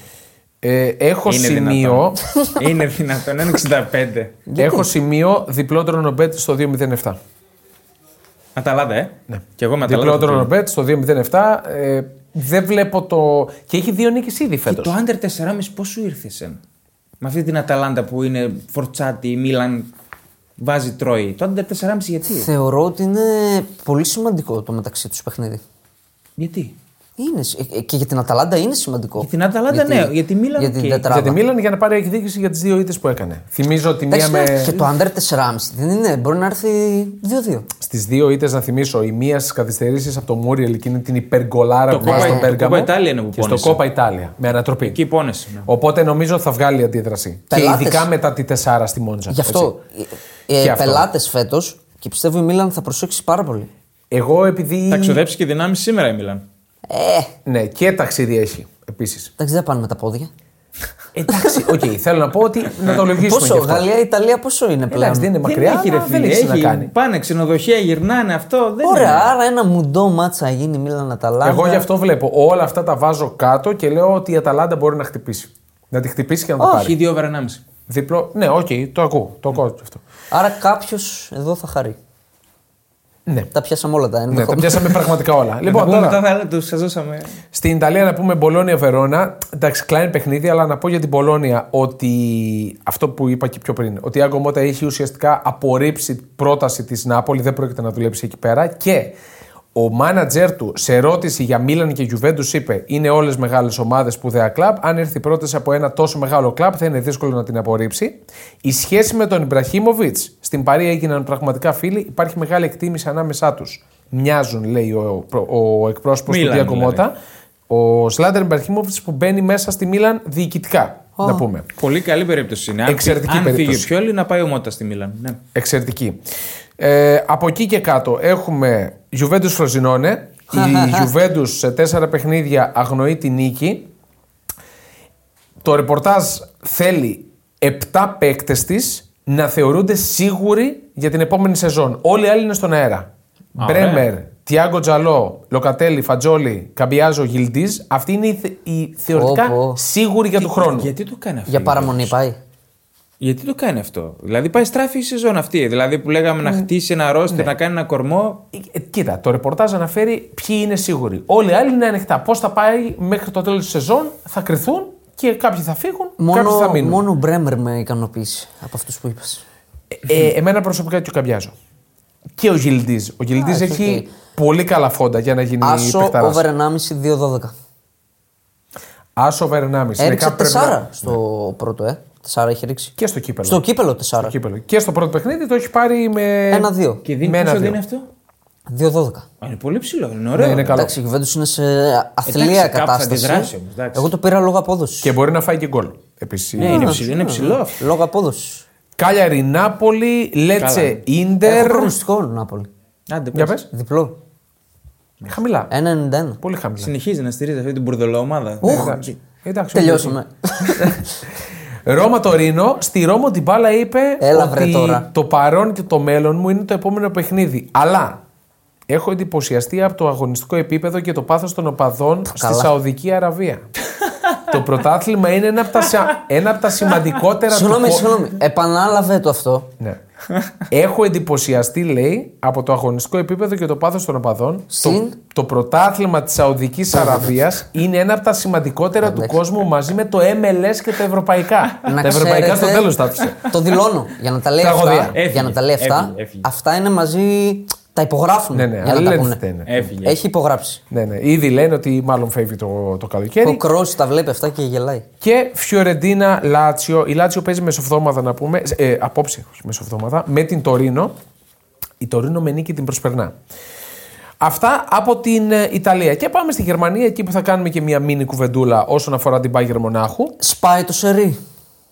Ε, έχω Είναι σημείο. δυνατόν. είναι δυνατόν. 1,65. Έχω σημείο διπλό τρονοπέτ στο 2,07. Αταλάντα, ε. Ναι. Και εγώ με Αταλάντα. Διπλό θα πήγα. τρονοπέτ στο 2,07. Ε, δεν βλέπω το. Και έχει δύο νίκες ήδη Και φέτος. το under 4,5 πώς σου ήρθες σεν. Με αυτή την Αταλάντα που είναι φορτσάτη, η Μίλαν βάζει τρώει. Το under 4,5 γιατί. Θεωρώ ότι είναι πολύ σημαντικό το μεταξύ τους παιχνίδι. γιατί. Είναι. σ- ε, ε, Και για την Αταλάντα είναι σημαντικό. Για την Αταλάντα, ναι. Για τη Μίλαν, Για την οκ. τετράδα. Για τη Μίλαν για να πάρει εκδίκηση για τις δύο ήττε που έκανε. Θυμίζω ότι μία Εντάξει, με. ναι, Και το under 4,5 δεν είναι. Μπορεί να έρθει 2-2. Στις δύο ήττε, να θυμίσω, η μία στις καθυστερήσεις από το Μούριελ εκείνη την υπεργολάρα Το που βάζει Coppa- στον το Πέργαμο. Coppa Italia είναι που και στο πόνεσε. Κόπα Ιτάλια. Με ανατροπή. Εκεί πόνεσαι. ναι. Οπότε νομίζω θα βγάλει αντίδραση. Πελάτες. Και ειδικά μετά τη 4 στη Μόντζα. Γι' αυτό οι Και ε, αυτό. πελάτες φέτος και πιστεύω η Μίλαν θα προσέξει πάρα πολύ. Εγώ επειδή. Θα ξοδέψει και δυνάμεις σήμερα η Μίλαν. Ε, Ναι, και ταξίδι έχει επίσης. Εντάξει, δεν πάνε με τα πόδια. Εντάξει, [LAUGHS] οκ, θέλω να πω ότι να το λογίσουμε. Πόσο, γι' αυτό. Γαλλία, Italia, πόσο είναι πλέον. Εντάξει, δεν είναι μακριά, δεν έχει ρε αλλά δεν φίλε. έχει να έχει- κάνει. Πάνε ξενοδοχεία, γυρνάνε αυτό. Δεν Ωραία, είναι. άρα ένα μουντό μάτσα γίνει Μίλαν Αταλάντα. Εγώ γι' αυτό βλέπω. Όλα αυτά τα βάζω κάτω και λέω ότι η Αταλάντα μπορεί να χτυπήσει. Να τη χτυπήσει και να το Έχει πάρει. δύο over 1,5. Διπλό. Ναι, οκ, το ακούω. Το ακούω και αυτό. Άρα κάποιος εδώ θα χαρεί. Ναι. Τα πιάσαμε όλα τα Ναι, τα ενδεχόμενα. πιάσαμε πραγματικά όλα. Λοιπόν, λοιπόν, πούμε, μετά τώρα, θα του σα δώσαμε. στην Ιταλία να πούμε Μπολόνια Βερόνα. Εντάξει, κλείνει παιχνίδι, αλλά να πω για την Μπολόνια ότι αυτό που είπα και πιο πριν. Ότι η Άγκο Μότα έχει ουσιαστικά απορρίψει την πρόταση της Νάπολη, δεν πρόκειται να δουλέψει εκεί πέρα. Και ο μάνατζερ του σε ερώτηση για Μίλαν και Γιουβέντους είπε: Είναι όλες μεγάλες ομάδες σπουδαία κλαμπ. Αν έρθει η πρόταση από ένα τόσο μεγάλο κλαμπ, θα είναι δύσκολο να την απορρίψει. Η σχέση με τον Ιμπραχίμοβιτ στην Παρία έγιναν πραγματικά φίλοι. Υπάρχει μεγάλη εκτίμηση ανάμεσά τους. Μοιάζουν, λέει ο, ο, ο εκπρόσωπος του Μίλαν, Διακομότα. Ο Σλάντερ Ιμπραχίμοβιτ που μπαίνει μέσα στη Μίλαν διοικητικά, να πούμε. Πολύ καλή περίπτωση είναι. Αν- Εξαιρετική αν περίπτωση. φύγει ο Πιόλη, να πάει ομότα στη Μίλαν. Ναι. Εξαιρετική. Ε, από εκεί και κάτω έχουμε Juventus Φροζινόνε. [LAUGHS] Η Juventus σε τέσσερα παιχνίδια αγνοεί τη νίκη. Το ρεπορτάζ θέλει 7 παίκτες της να θεωρούνται σίγουροι για την επόμενη σεζόν. Όλοι οι άλλοι είναι στον αέρα. Μπρέμερ, Τιάγκο Τζαλό, Λοκατέλη, Φατζόλη, Καμπιάζο, Γιλντής. Αυτοί είναι οι, θε- οι θεωρητικά Πω, πω. σίγουροι για του χρόνου. Γιατί το κάνει αυτό. Για η παραμονή πάει. Γιατί το κάνει αυτό. Δηλαδή πάει στράφη η σεζόν αυτή. Δηλαδή που λέγαμε Ναι. να χτίσει ένα ρόστερ, να κάνει ένα κορμό. Ε, Κοίτα, το ρεπορτάζ αναφέρει ποιοι είναι σίγουροι. Όλοι οι άλλοι είναι ανοιχτά. Πώς θα πάει μέχρι το τέλος της σεζόν, θα κρυθούν και κάποιοι θα φύγουν, κάποιοι θα Μόνο, μείνουν. μόνο ο Μπρέμερ με ικανοποίησε από αυτούς που είπα. Ε, εμένα προσωπικά και ο Καμπιάζο. Και ο Γιλντής. Ο Γιλντής Α, έχει οκ. πολύ καλά φόντα για να γίνει Άσο παιχταράς. over 1,5-2,12. Άσο over 1,5. Έριξε Ειδικά 4 πρέπει να- Ναι. στο πρώτο, ε. 4 έχει ρίξει. Και στο κύπελο. Στο κύπελο 4. κύπελο. Και στο πρώτο παιχνίδι το έχει πάρει με. 1-2. Και δίνει Με ένα πόσο δύο. δίνει αυτό. 2-12. Α, είναι πολύ ψηλό. Είναι ωραίο. Ναι, είναι καλό. Εντάξει, η Γιουβέντου είναι σε αθλία Εντάξει, κάπου θα κατάσταση. αντιδράσει όμως, εντάξει. Εγώ το πήρα λόγω απόδοσης. Και μπορεί να φάει και γκολ. Επίσης. Ναι, είναι ψηλό. Είναι ψηλό αυτό. Λόγω απόδοσης. Κάλιαρη Νάπολη, Λέτσε Έχω Ίντερ. προγνωστικό Νάπολη. Άντε, Για πες. πες. Διπλό. Χαμηλά. Ε. 1,91. Πολύ χαμηλά. Συνεχίζει να στηρίζει αυτή την μπουρδελοομάδα. Ναι, Εντάξει. Εντάξει, Τελειώσαμε. Ρώμα Τωρίνο, στη Ρώμο την μπάλα είπε Έλα, βρε, ότι τώρα. το παρόν και το μέλλον μου είναι το επόμενο παιχνίδι. Αλλά έχω εντυπωσιαστεί από το αγωνιστικό επίπεδο και το πάθος των οπαδών στη καλά. Σαουδική Αραβία. το πρωτάθλημα είναι ένα από τα, σα- ένα από τα σημαντικότερα του Συγγνώμη, χω- συγγνώμη. Επανάλαβε το αυτό. Ναι. Έχω εντυπωσιαστεί, λέει, από το αγωνιστικό επίπεδο και το πάθος των οπαδών. Συν. Το, το πρωτάθλημα της Σαουδικής Αραβίας είναι ένα από τα σημαντικότερα του Εντάξει. κόσμου μαζί με το MLS και τα ευρωπαϊκά. Να τα ευρωπαϊκά ξέρετε, στο τέλος τα άφησε. Το δηλώνω. Για να τα λέει Τραγωδία. αυτά. Έφυγε, για να τα λέει αυτά. έφυγε, έφυγε. Αυτά είναι μαζί. Τα υπογράφουν. Ναι, ναι, για να τα αλληλένθητα πούνε. είναι. Έφυγε. Έχει υπογράψει. Ναι, ναι. Ήδη λένε ότι μάλλον φεύγει το, το Ο καλοκαίρι. Κρόση τα βλέπει αυτά και γελάει. Και Φιωρεντίνα Λάτσιο. Η Λάτσιο παίζει μεσοβδόμαδα να πούμε. Ε, απόψε, όχι μεσοβδόμαδα. Με την Τωρίνο. Η Τωρίνο με νίκη την προσπερνά. Αυτά από την ε, Ιταλία. Και πάμε στη Γερμανία, εκεί που θα κάνουμε και μια μίνι κουβεντούλα όσον αφορά την Bayern Μονάχου. Σπάει το σερί.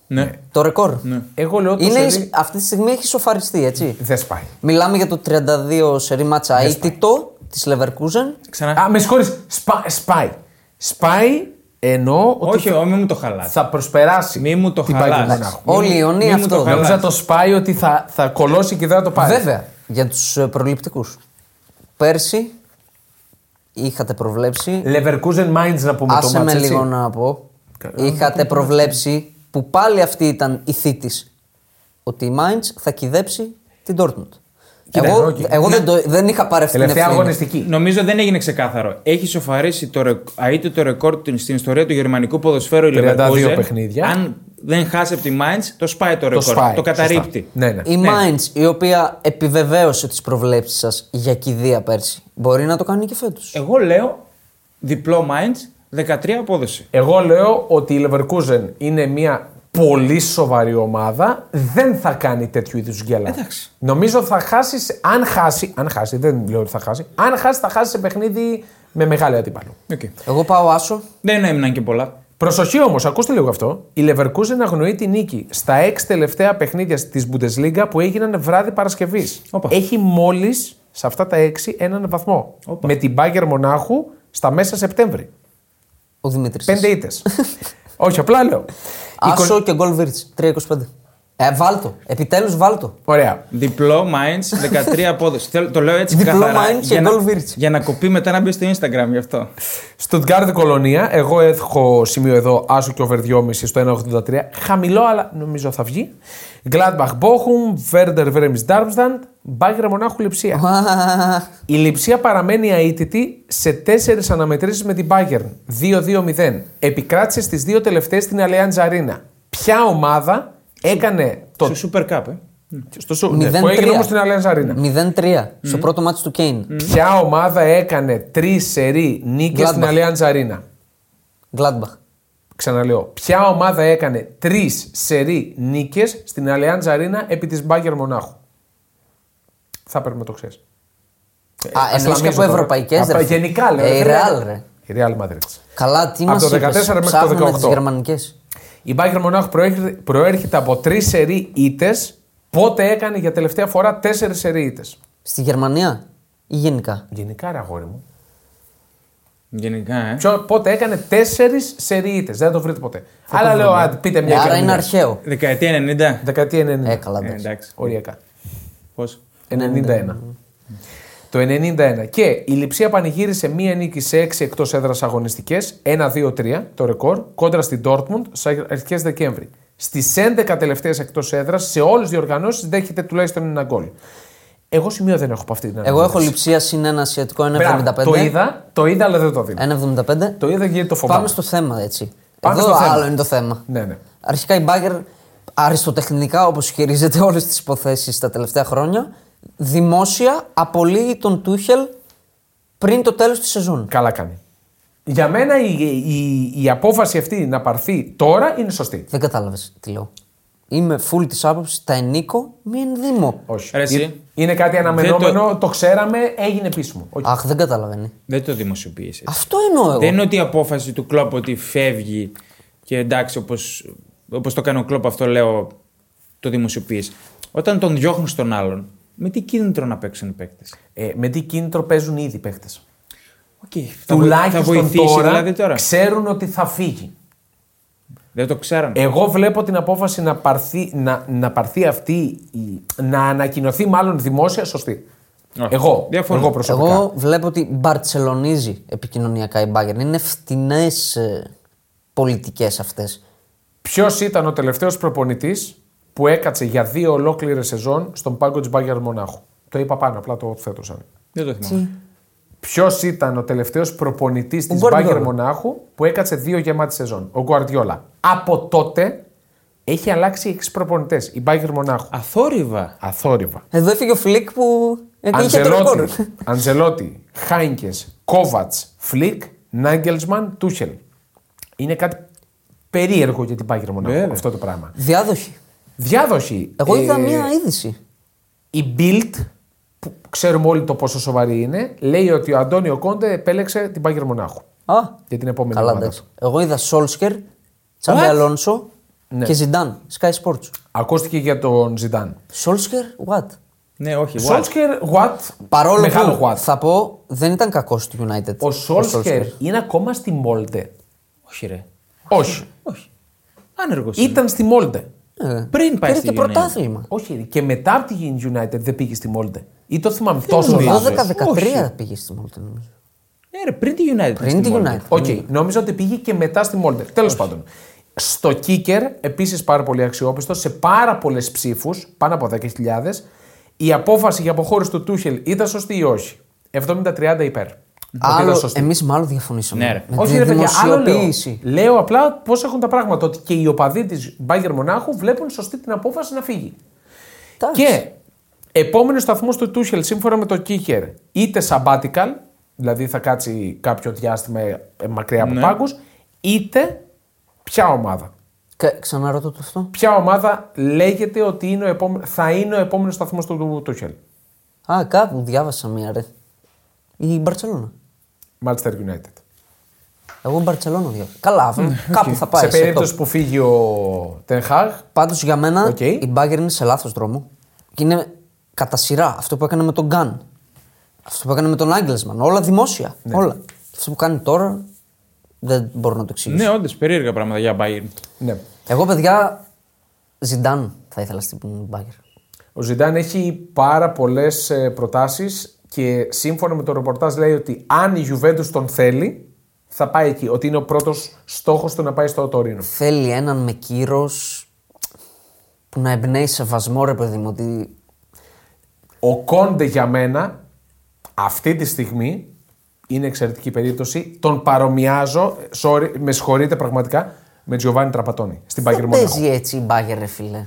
Ναι. Το ρεκόρ. Εγώ λέω ότι. Είναι, Αυτή τη στιγμή έχει σοφαριστεί, έτσι. Δεν σπάει. Μιλάμε για το 32 σερί μάτσα αίτητο τη Λεβερκούζεν. Ξανά. Α, με συγχωρείς. Σπα- σπάει. Σπάει εννοώ ότι Όχι, όχι, μην μου το χαλάτε. θα προσπεράσει Μη μου το την χαλάς. Bayern Μονάχου. Όλοι οι Ιωνίοι μην μου το αυτό. χαλάς. Νόμιζα το σπάει ότι θα, θα κολώσει και δεν θα το πάρει. Βέβαια, για τους προληπτικούς. Πέρσι είχατε προβλέψει Leverkusen Mainz να πούμε το Άσε με μάτς, έτσι. λίγο να πω. Είχατε προβλέψει που πάλι αυτή ήταν η θήτης. Ότι η Mainz θα κηδέψει την Dortmund. Κοίτα, εγώ εγώ- εγώ δεν, το- δεν είχα πάρει αυτή την Τελευταία ευθύνη. αγωνιστική. Νομίζω δεν έγινε ξεκάθαρο. Έχει σοφαρίσει το, ρεκ- αείτε το ρεκόρ του- στην ιστορία του γερμανικού ποδοσφαίρου η 32 Leverkusen. παιχνίδια. Αν δεν χάσει από τη Mainz, το σπάει το Το ρεκόρ. Το, σπάει. καταρρύπτει. σωστά. Ναι, ναι. Η Mainz, η οποία επιβεβαίωσε τις προβλέψεις σας για κηδεία πέρσι, μπορεί να το κάνει και φέτος. Ε- Εγώ λέω διπλό Mainz, 13 απόδοση. Εγώ λέω ότι η Leverkusen είναι μια πολύ σοβαρή ομάδα. Δεν θα κάνει τέτοιου είδους γκέλα. Εντάξει. Νομίζω θα χάσεις, σε- αν χάσει, αν χάσει, δεν λέω ότι θα χάσει, αν χάσει θα χάσει σε παιχνίδι με μεγάλη αντίπαλο. Okay. Εγώ πάω άσο. Δεν έμειναν και πολλά. Προσοχή όμως, ακούστε λίγο αυτό. Η Leverkusen αγνοεί τη νίκη στα έξι τελευταία παιχνίδια της Bundesliga που έγιναν βράδυ Παρασκευής. Όπα. Έχει μόλις σε αυτά τα έξι έναν βαθμό. Όπα. Με την Bayern Μονάχου στα μέσα Σεπτέμβρη. Ο Δημήτρης. Πέντε ήττες. Όχι, απλά λέω. Άσο και γκολ Βίρτς, 3-25. Ε, βάλτο. Επιτέλους βάλτο. Ωραία. Διπλό [LAUGHS] Minds, 13 απόδοση. Θέλω- το λέω έτσι Διπλό καθαρά. Mainz και για, να, γκολ Βίρτς. για να κοπεί μετά να μπει στο Instagram γι' αυτό. Στουτγκάρδη Κολονία. Εγώ έχω σημείο εδώ άσο και over 2,5 στο 1,83. Χαμηλό, αλλά νομίζω θα βγει. Gladbach Bochum, Werder Bremen Darmstadt, Μπάγκερ Μονάχου Λιψία. Η Λιψία παραμένει αίτητη σε τέσσερις αναμετρήσεις με την Bayern. 2-2-0. Επικράτησε στις δύο τελευταίες στην Allianz Arena. Ποια ομάδα έκανε το. Στο Super Cup, ε. Στο σου. ναι, 0-3. που έγινε όμως στην Allianz Arena. 0-3 στο πρώτο μάτι του Κέιν. Ποια ομάδα έκανε τρεις σερή νίκες στην Gladbach. Allianz Arena. Gladbach. Ξαναλέω, ποια ομάδα έκανε τρεις σερή νίκες στην Allianz Arena επί της Μπάγκερ Μονάχου. Θα πρέπει να το ξέρεις. Ε, Ας, εννοείς και από ευρωπαϊκές, ρε. φίλε. Γενικά λέω. Ε, η δεν λέω. Real, ρε. Η Real Madrid. Καλά, τι Από μας το είπες. 14 μέχρι το Ψάχνουμε τις 18. γερμανικές. Η Bayern Μονάχου προέρχεται, προέρχεται από τρεις σερή ήττες. Πότε έκανε για τελευταία φορά τέσσερις σερή ήττες. Στη Γερμανία ή γενικά. Γενικά, ρε αγόρι μου. Γενικά, ε. Ποιο, πότε έκανε τέσσερις σερή ήττες. Δεν θα το βρείτε ποτέ. Αλλά λέω, άντε, πείτε μια Ε, Άρα και είναι μια. αρχαίο. Δεκαετία 90. Δεκαετία 90. Ε, Ε, καλά, εντάξει. Ναι, εντάξει. Οριακά. Πώ. 91. Το 91. Και η Λιψία πανηγύρισε μία νίκη σε 6 εκτός έδρας αγωνιστικές. 1-2-3 το ρεκόρ. Κόντρα στην Dortmund σε αρχές Δεκέμβρη. Στις 11 τελευταίες εκτός έδρας σε όλες τις διοργανώσεις δέχεται τουλάχιστον ένα γκολ. Εγώ σημείο δεν έχω από αυτή την Εγώ έχω ανάλυση. λειψία συν ένα ασιατικό Μπράβο, Το 1,75. είδα, το είδα, αλλά δεν το δίνω. 1,75. Το είδα γιατί το φοβάμαι. Πάμε στο θέμα έτσι. Πάμε Εδώ στο θέμα. άλλο είναι το θέμα. Ναι, ναι. Αρχικά η Μπάγκερ αριστοτεχνικά όπως χειρίζεται όλες τις υποθέσεις τα τελευταία χρόνια, δημόσια απολύει τον Τούχελ πριν το τέλος της σεζόν. Καλά κάνει. Για μένα η, η, η απόφαση αυτή να πάρθει τώρα είναι σωστή. Δεν κατάλαβες τι λέω. Είμαι full της άποψης, τα ενίκω, μη ενδύμω. Όχι. Ρε εσύ. Είναι- Είναι κάτι αναμενόμενο, το... ξέραμε, έγινε επίσημο. Όχι. Αχ, δεν καταλαβαίνει. Δεν το δημοσιοποίησε. Αυτό εννοώ εγώ. Δεν είναι ότι η απόφαση του κλοπ ότι φεύγει και εντάξει, όπως όπως το κάνει ο κλοπ, αυτό λέω, το δημοσιοποιείς. Όταν τον διώχνουν στον άλλον, με τι κίνητρο να παίξουν οι παίκτες. Ε, με τι κίνητρο παίζουν ήδη οι παίκτες. Okay, θα, βοη- θα Τουλάχιστον βοηθήσει τώρα, δηλαδή τώρα. ξέρουν ότι θα φύγει. Δεν το ξέραν. Ε, Εγώ βλέπω την απόφαση να πάρθει, να, να πάρθει αυτή, η- να ανακοινωθεί μάλλον δημόσια σωστή. Α, εγώ, διαφωνώ. εγώ προσωπικά. Εγώ βλέπω ότι μπαρτσελονίζει επικοινωνιακά η Bayern. Είναι ε, φτηνέ πολιτικές αυτές. Ποιος ήταν ο τελευταίος προπονητής που έκατσε για δύο ολόκληρε σεζόν στον πάγκο της Μπάγκερ Μονάχου. Το είπα πάνω, απλά το θέτω σαν. Δεν το θυμάμαι. Ποιος ήταν ο τελευταίος προπονητής τη Guardiola. Μπάγκερ Μονάχου που έκατσε δύο γεμάτη σεζόν. Ο Γκουαρδιόλα. Από τότε έχει αλλάξει 6 προπονητές. Η Μπάγκερ Μονάχου. Αθόρυβα. Αθόρυβα. Εδώ έφυγε ο Φλικ που εκεί Ε, είχε το ρεκόρ. Αντζελότη, Αντζελότη Χάινκε, Κόβατ, Φλικ, Νάγκελσμαν, Τούχελ. Είναι κάτι περίεργο για την Μπάγκερ Μονάχου Βέβαια. αυτό το πράγμα. Διάδοχη. Διάδοχη. Εγώ Ε, είδα μία είδηση. Η Bild, που ξέρουμε όλοι το πόσο σοβαρή είναι, λέει ότι ο Αντώνιο Κόντε επέλεξε την Πάγκερ Μονάχου Α, για την επόμενη καλά ομάδα. εντάξει. Εγώ είδα Σόλσκερ, Τσάμπι What? Αλόνσο Ναι. και Ζιντάν. Sky Sports. Ακούστηκε για τον Ζιντάν. Σόλσκερ, what. Ναι, όχι. what? Σόλσκερ, what? Παρόλο Μεγάλο που what. θα πω δεν ήταν κακός του United. Ο Σόλσκερ είναι ακόμα στη Μόλτε. Όχι, ρε. Όχι. Όχι. Άνεργος. Ήταν στη Μόλτε. Ε, Πριν πάει πήρε στη και United. πρωτάθλημα. Όχι. Και μετά από τη United δεν πήγε στη Μόλτε. Ή το θυμάμαι τόσο Το λάθο. 12-13 Ναι, πήγε στη Μόλτε νομίζω. Ναι, ρε, πριν τη United. Πριν τη στη Μόλτε. United. Οκ, νόμιζα ότι πήγε και μετά στη Μόλτερ. Τέλος πάντων. Στο Kicker, επίσης πάρα πολύ αξιόπιστο, σε πάρα πολλές ψήφους, πάνω από 10.000, η απόφαση για αποχώρηση του Τούχελ ήταν σωστή ή όχι. 70-30 υπέρ. Ότι ήταν Άλλο, σωστή. εμείς μάλλον διαφωνήσαμε. Ναι, ρε. Με όχι, τη ρε παιδιά, άλλο λέω. δημοσιοποίηση. λέω απλά πώς έχουν τα πράγματα. Ότι και οι οπαδοί της Μπάγκερ Μονάχου βλέπουν σωστή την απόφαση να φύγει. Εντάξει. Και επόμενος σταθμός του Τούχελ σύμφωνα με το Κίχερ, είτε sabbatical, δηλαδή θα κάτσει κάποιο διάστημα ε, μακριά από ναι. είτε ποια ομάδα. Κα- Ξαναρωτώ το αυτό. Ποια ομάδα λέγεται ότι είναι ο επόμε- θα είναι ο επόμενος σταθμός του Τούχελ. Α, κάπου διάβασα μία ρε. Η Μπαρσελόνα. Manchester United. Εγώ Μπαρσελόνα διάβασα. Καλά, κάπου θα πάει. Ναι, σε περίπτωση που φύγει ο Τενχάγ, Πάντως για μένα Οκ. η Μπάγκερ είναι σε λάθος δρόμο. Και είναι κατά σειρά αυτό που έκανε με τον Γκάν. Αυτό που έκανε με τον Άγγελσμαν. Όλα δημόσια. Ναι. Όλα. Και αυτό που κάνει τώρα δεν μπορώ να το εξηγήσω. Ναι, όντως περίεργα πράγματα για Bayern. ναι. Εγώ, παιδιά, Ζιντάν θα ήθελα στην Μπάγκερ. Ο Ζιντάν έχει πάρα πολλές προτάσεις και σύμφωνα με το ρεπορτάζ λέει ότι αν η Juventus τον θέλει, θα πάει εκεί. Ότι είναι ο πρώτος στόχος του να πάει στο Τωρίνο. Θέλει έναν με κύρος που να εμπνέει σεβασμό, ρε παιδί μου. Ότι Ο Κόντε για μένα αυτή τη στιγμή είναι εξαιρετική περίπτωση. Τον παρομοιάζω, sorry, με συγχωρείτε πραγματικά, με Τζιοβάνι Τραπατώνη στην Πάγκερ δεν Μονάχο. παίζει έτσι η Μπάγκερ, ρε φίλε.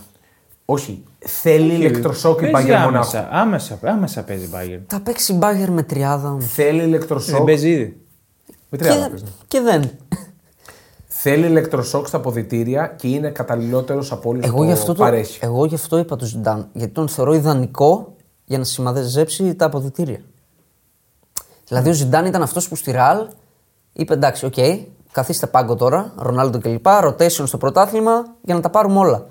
Όχι, θέλει ηλεκτροσόκ η Παίζει Πάγκερ Μονάχο. άμεσα, άμεσα, άμεσα παίζει η Bayern. Θα παίξει η Μπάγκερ με τριάδα. όμως. Θέλει Δεν ηλεκτροσόκ. παίζει ήδη. Με Και, τριάδα παίζει. και δεν. Θέλει ηλεκτροσόκ στα ποδητήρια και είναι καταλληλότερος από όλου Ε, Εγώ που γι, αυτό το, παρέχει. εγώ γι' αυτό είπα του Ζιντάν. Γιατί τον θεωρώ ιδανικό για να σημαδεζέψει τα αποδητήρια. Δηλαδή ο Ζιντάν ήταν αυτός που στη Ραλ είπε εντάξει, οκ, καθίστε πάγκο τώρα, Ρονάλντο κλπ. Rotation στο πρωτάθλημα για να τα πάρουμε όλα.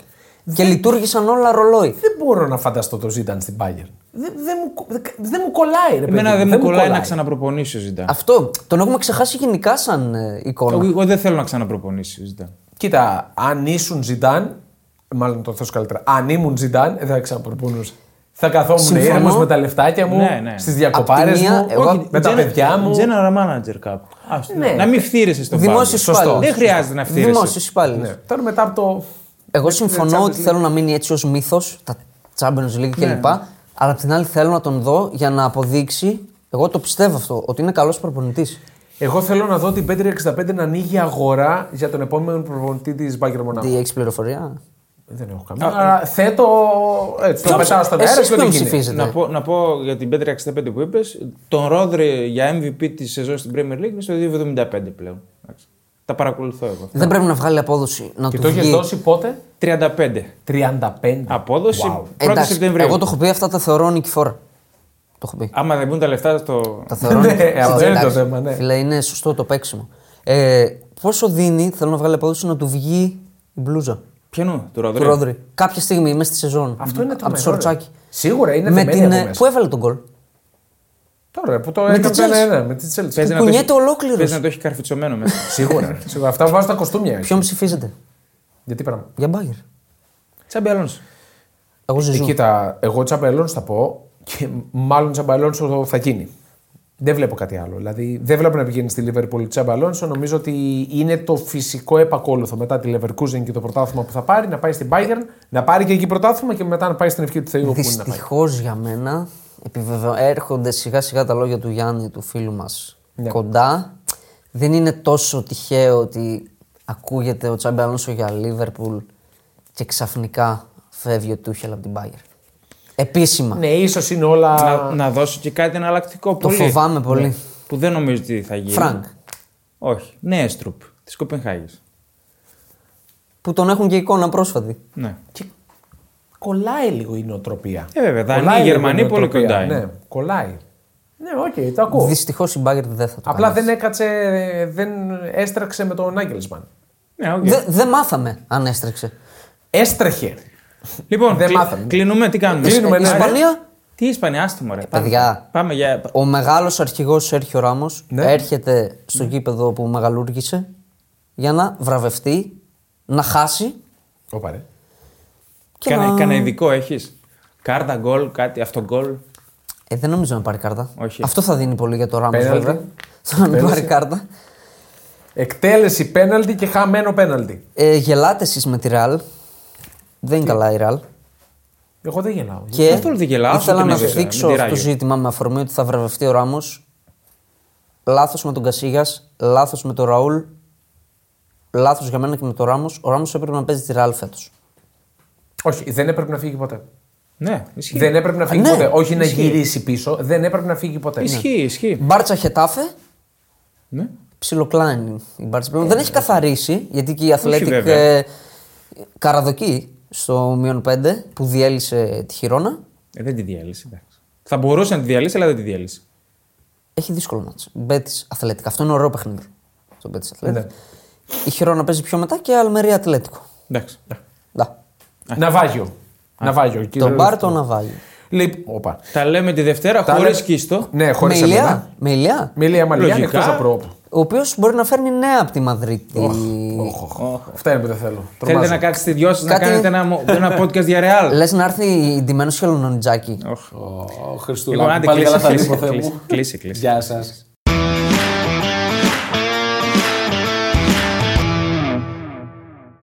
Και λειτουργήσαν όλα ρολόι. Δεν μπορώ να φανταστώ το Ζήταν στην Bayern. Δεν δεν μου, κο- δεν- δεν μου κολλάει, ρε παιδί. Εμένα δεν μου κολλάει να ξανα... ξαναπροπονήσει ο Ζιντάν. Αυτό τον έχουμε ξεχάσει γενικά σαν ε, εικόνα. Εγώ, εγώ δεν θέλω να ξαναπροπονήσει ο Ζιντάν. Κοίτα, αν ήσουν Ζητάν, μάλλον το θέσω καλύτερα. Αν ήμουν Ζητάν, δεν θα ξαναπροπονούσα. Θα καθόμουν Συμφωνώ. ήρεμος με τα λεφτάκια μου, Ναι, ναι. στις διακοπάρες Απ' τη μία, μου, εγώ- όχι, με τα General- παιδιά μου. General manager κάπου. Ας το- Ναι. Να μην φτύρεσαι στον πάγκο. Δημόσιο Σωστό. υπάλληλος. Δεν χρειάζεται να φτύρεσαι. Δημόσιο υπάλληλος. Ναι. Τώρα μετά από το. Εγώ συμφωνώ ότι θέλω να μείνει έτσι ως μύθος, τα Champions League Ναι. κλπ. Αλλά απ' την άλλη θέλω να τον δω για να αποδείξει. Εγώ το πιστεύω αυτό, ότι είναι καλός προπονητής. Εγώ θέλω να δω την Πέτρια 65 να ανοίγει αγορά για τον επόμενο προπονητή της Μπάγκερ Μονάχου. Τι έχεις πληροφορία. Δεν έχω καμία. Άρα θέτω. Έτσι, το πετάω στον αέρα Εσείς και ό,τι ποιον γίνεται. ψηφίζετε. Να πω, να πω για την Πέτρια 65 που είπες, τον Ρόδρε για MVP της σεζόν στην Premier League είναι στο 2,75 πλέον. Εντάξει. Τα παρακολουθώ εγώ. Δεν πρέπει να βγάλει απόδοση. Να Και του το είχε βγει. δώσει πότε. 35. 35. Απόδοση Wow. 1η Εντάξει, Σεπτεμβρίου. Εγώ το έχω πει αυτά τα θεωρώ νικηφόρα. Το έχω πει. Άμα δεν μπουν τα λεφτά στο. Τα θεωρώ Ναι, νικηφόρα. αυτό είναι το Εντάξει, θέμα, ναι. Φίλε, είναι σωστό το παίξιμο. Ε, πόσο δίνει, θέλω να βγάλει απόδοση να του βγει η μπλούζα Ποιανού, του Ναι. Ρόδρε. του Ρόδρυ. Κάποια στιγμή μέσα στη σεζόν. Αυτό είναι το Από το μερό, ρε. σορτσάκι. Σίγουρα είναι με δεμένη την, από ε, μέσα. Πού έβαλε τον γκολ. Τώρα που το τη έκανε το Chelsea. ένα-ένα με τη Chelsea. Παίζει να το κουνιέται έχει- ολόκληρος. Παίζει να το έχει καρφιτσωμένο [LAUGHS] μέσα. Σίγουρα. ρε. Σίγουρα. Αυτά βάζω τα κοστούμια. Ποιον ψηφίζετε Γιατί πράγμα. για μπάγκερ. Τσάμπι Αλόνσο. Εγώ ζεζού. Ε, κοίτα, εγώ τσαμπαλόν θα πω και μάλλον τσαμπαλόν θα γίνει. Δεν βλέπω κάτι άλλο. Δηλαδή, δεν βλέπω να πηγαίνει στη Λίβερπουλ τσαμπαλόν. Νομίζω ότι είναι το φυσικό επακόλουθο μετά τη Leverkusen και το πρωτάθλημα που θα πάρει να πάει στην Bayern, να πάρει και εκεί πρωτάθλημα και μετά να πάει στην ευχή του Θεού που είναι να πάει. Δυστυχώς για μένα επιβεβαιω... έρχονται σιγά σιγά τα λόγια του Γιάννη, του φίλου μας, Ναι. κοντά. Δεν είναι τόσο τυχαίο ότι ακούγεται ο Τσάμπε Αλόνσο για Λίβερπουλ και ξαφνικά φεύγει ο Τούχελ από την Μπάγκερ. Επίσημα. Ναι, ίσως είναι όλα. Να, να δώσω και κάτι εναλλακτικό. Το Ναι. φοβάμαι πολύ. Που δεν νομίζω ότι θα γίνει. Φρανκ. Όχι. Νέστρουπ της Κοπενχάγης. Που τον έχουν και εικόνα πρόσφατη. Ναι. Κολλάει λίγο η νοοτροπία. Ε, βέβαια, Δανία, Κολλάει λίγο Γερμανία, η πολύ νοοτροπία. κοντά είναι. Ναι, κολλάει. Ναι, οκ, το ακούω. Δυστυχώς η Μπάγκερ δεν θα το Απλά κάνει. δεν έκατσε, δεν έστραξε με τον Άγγελσμαν. Ναι, οκ. Δε- δεν μάθαμε αν έστρεξε. Έστρεχε. Λοιπόν, Δεν κλει- μάθαμε. κλείνουμε, τι κάνουμε. Ε, Κλείνουμε, Η ναι. Ε, Ισπανία. Τι Ισπανία, άστομο ρε. Πάμε. παιδιά. Πάμε για. Ο μεγάλος αρχηγός Σέρχιο Ράμος Ναι. έρχεται στο γήπεδο που μεγαλούργησε για να βραβευτεί, να χάσει. Όπα ρε. Και Κάνα, να... κάνα ειδικό έχεις. Κάρτα γκολ, κάτι, αυτό γκολ. Ε, δεν νομίζω να πάρει κάρτα. Όχι. Αυτό θα δίνει πολύ για το Ράμο, Πέναλτι. βέβαια. Το να μην Πέναλτι. πάρει κάρτα. Εκτέλεση πέναλτι και χαμένο πέναλτι. Ε, γελάτες εσεί με τη Ραλ. Δεν είναι καλά η Ραλ. Εγώ δεν γελάω. Και καθόλου δεν γελάω, ήθελα αυτό να την έζησα, δείξω με τη αυτό το Ράγιο. ζήτημα με αφορμή ότι θα βραβευτεί ο Ράμο. Λάθος με τον Κασίγια, λάθος με τον Ραούλ. Λάθος για μένα και με τον Ράμο. Ο Ράμο έπρεπε να παίζει τη Ραλ φέτος. Όχι, δεν έπρεπε να φύγει ποτέ. Ναι, ισχύει. Δεν έπρεπε να φύγει ναι, ποτέ. Όχι να γυρίσει πίσω, δεν έπρεπε να φύγει ποτέ. Ισχύει, ισχύει. Μπάρτσα Χετάφε, Ναι. Ε, ψιλοκλάνει η Μπάρτσα. πλέον. δεν έχει καθαρίσει, γιατί και η Αθλέτικ βέβαια. ε, καραδοκεί στο μείον 5 που διέλυσε τη Χιρόνα. Ε, δεν τη διέλυσε. εντάξει. Θα μπορούσε να τη διαλύσει, αλλά δεν τη διέλυσε. Έχει δύσκολο μάτς. Μπέτη Αθλέτικ. Αυτό είναι ωραίο παιχνίδι. Το Μπέτη Ναι. Αθλέτικ. Η Χιρόνα παίζει πιο μετά και Αλμερία Ατλέτικο. Εντάξει. Να. Ναι. Ναυάγιο. Ναυάγιο. Τον Μπάρ τον Ναβάγιο. Λοιπόν, όπα. Τα λέμε τη Δευτέρα Τα χωρίς λέμε- κίστο. Ναι, Με χωρίς εμένα. ηλιά. Με ηλιά. Μιλία Μαλιά, Λογικά. εκτό απρόπου. ο οποίος μπορεί να φέρνει νέα από τη Μαδρίτη. Αυτά είναι που δεν θέλω. Θέλετε Τρομάζω. να κάτσετε δυο σας να Κάτι- κάνετε ένα, μο- ένα podcast για Real. Λες να έρθει ντυμένο χελονοντζάκι. Ω, Λοιπόν, Χριστούλα, άντε, πάλι καλά κλείσε, θα δει κλείσε, Θεέ κλείσε, μου. κλείσε, κλείσε. Γεια σας.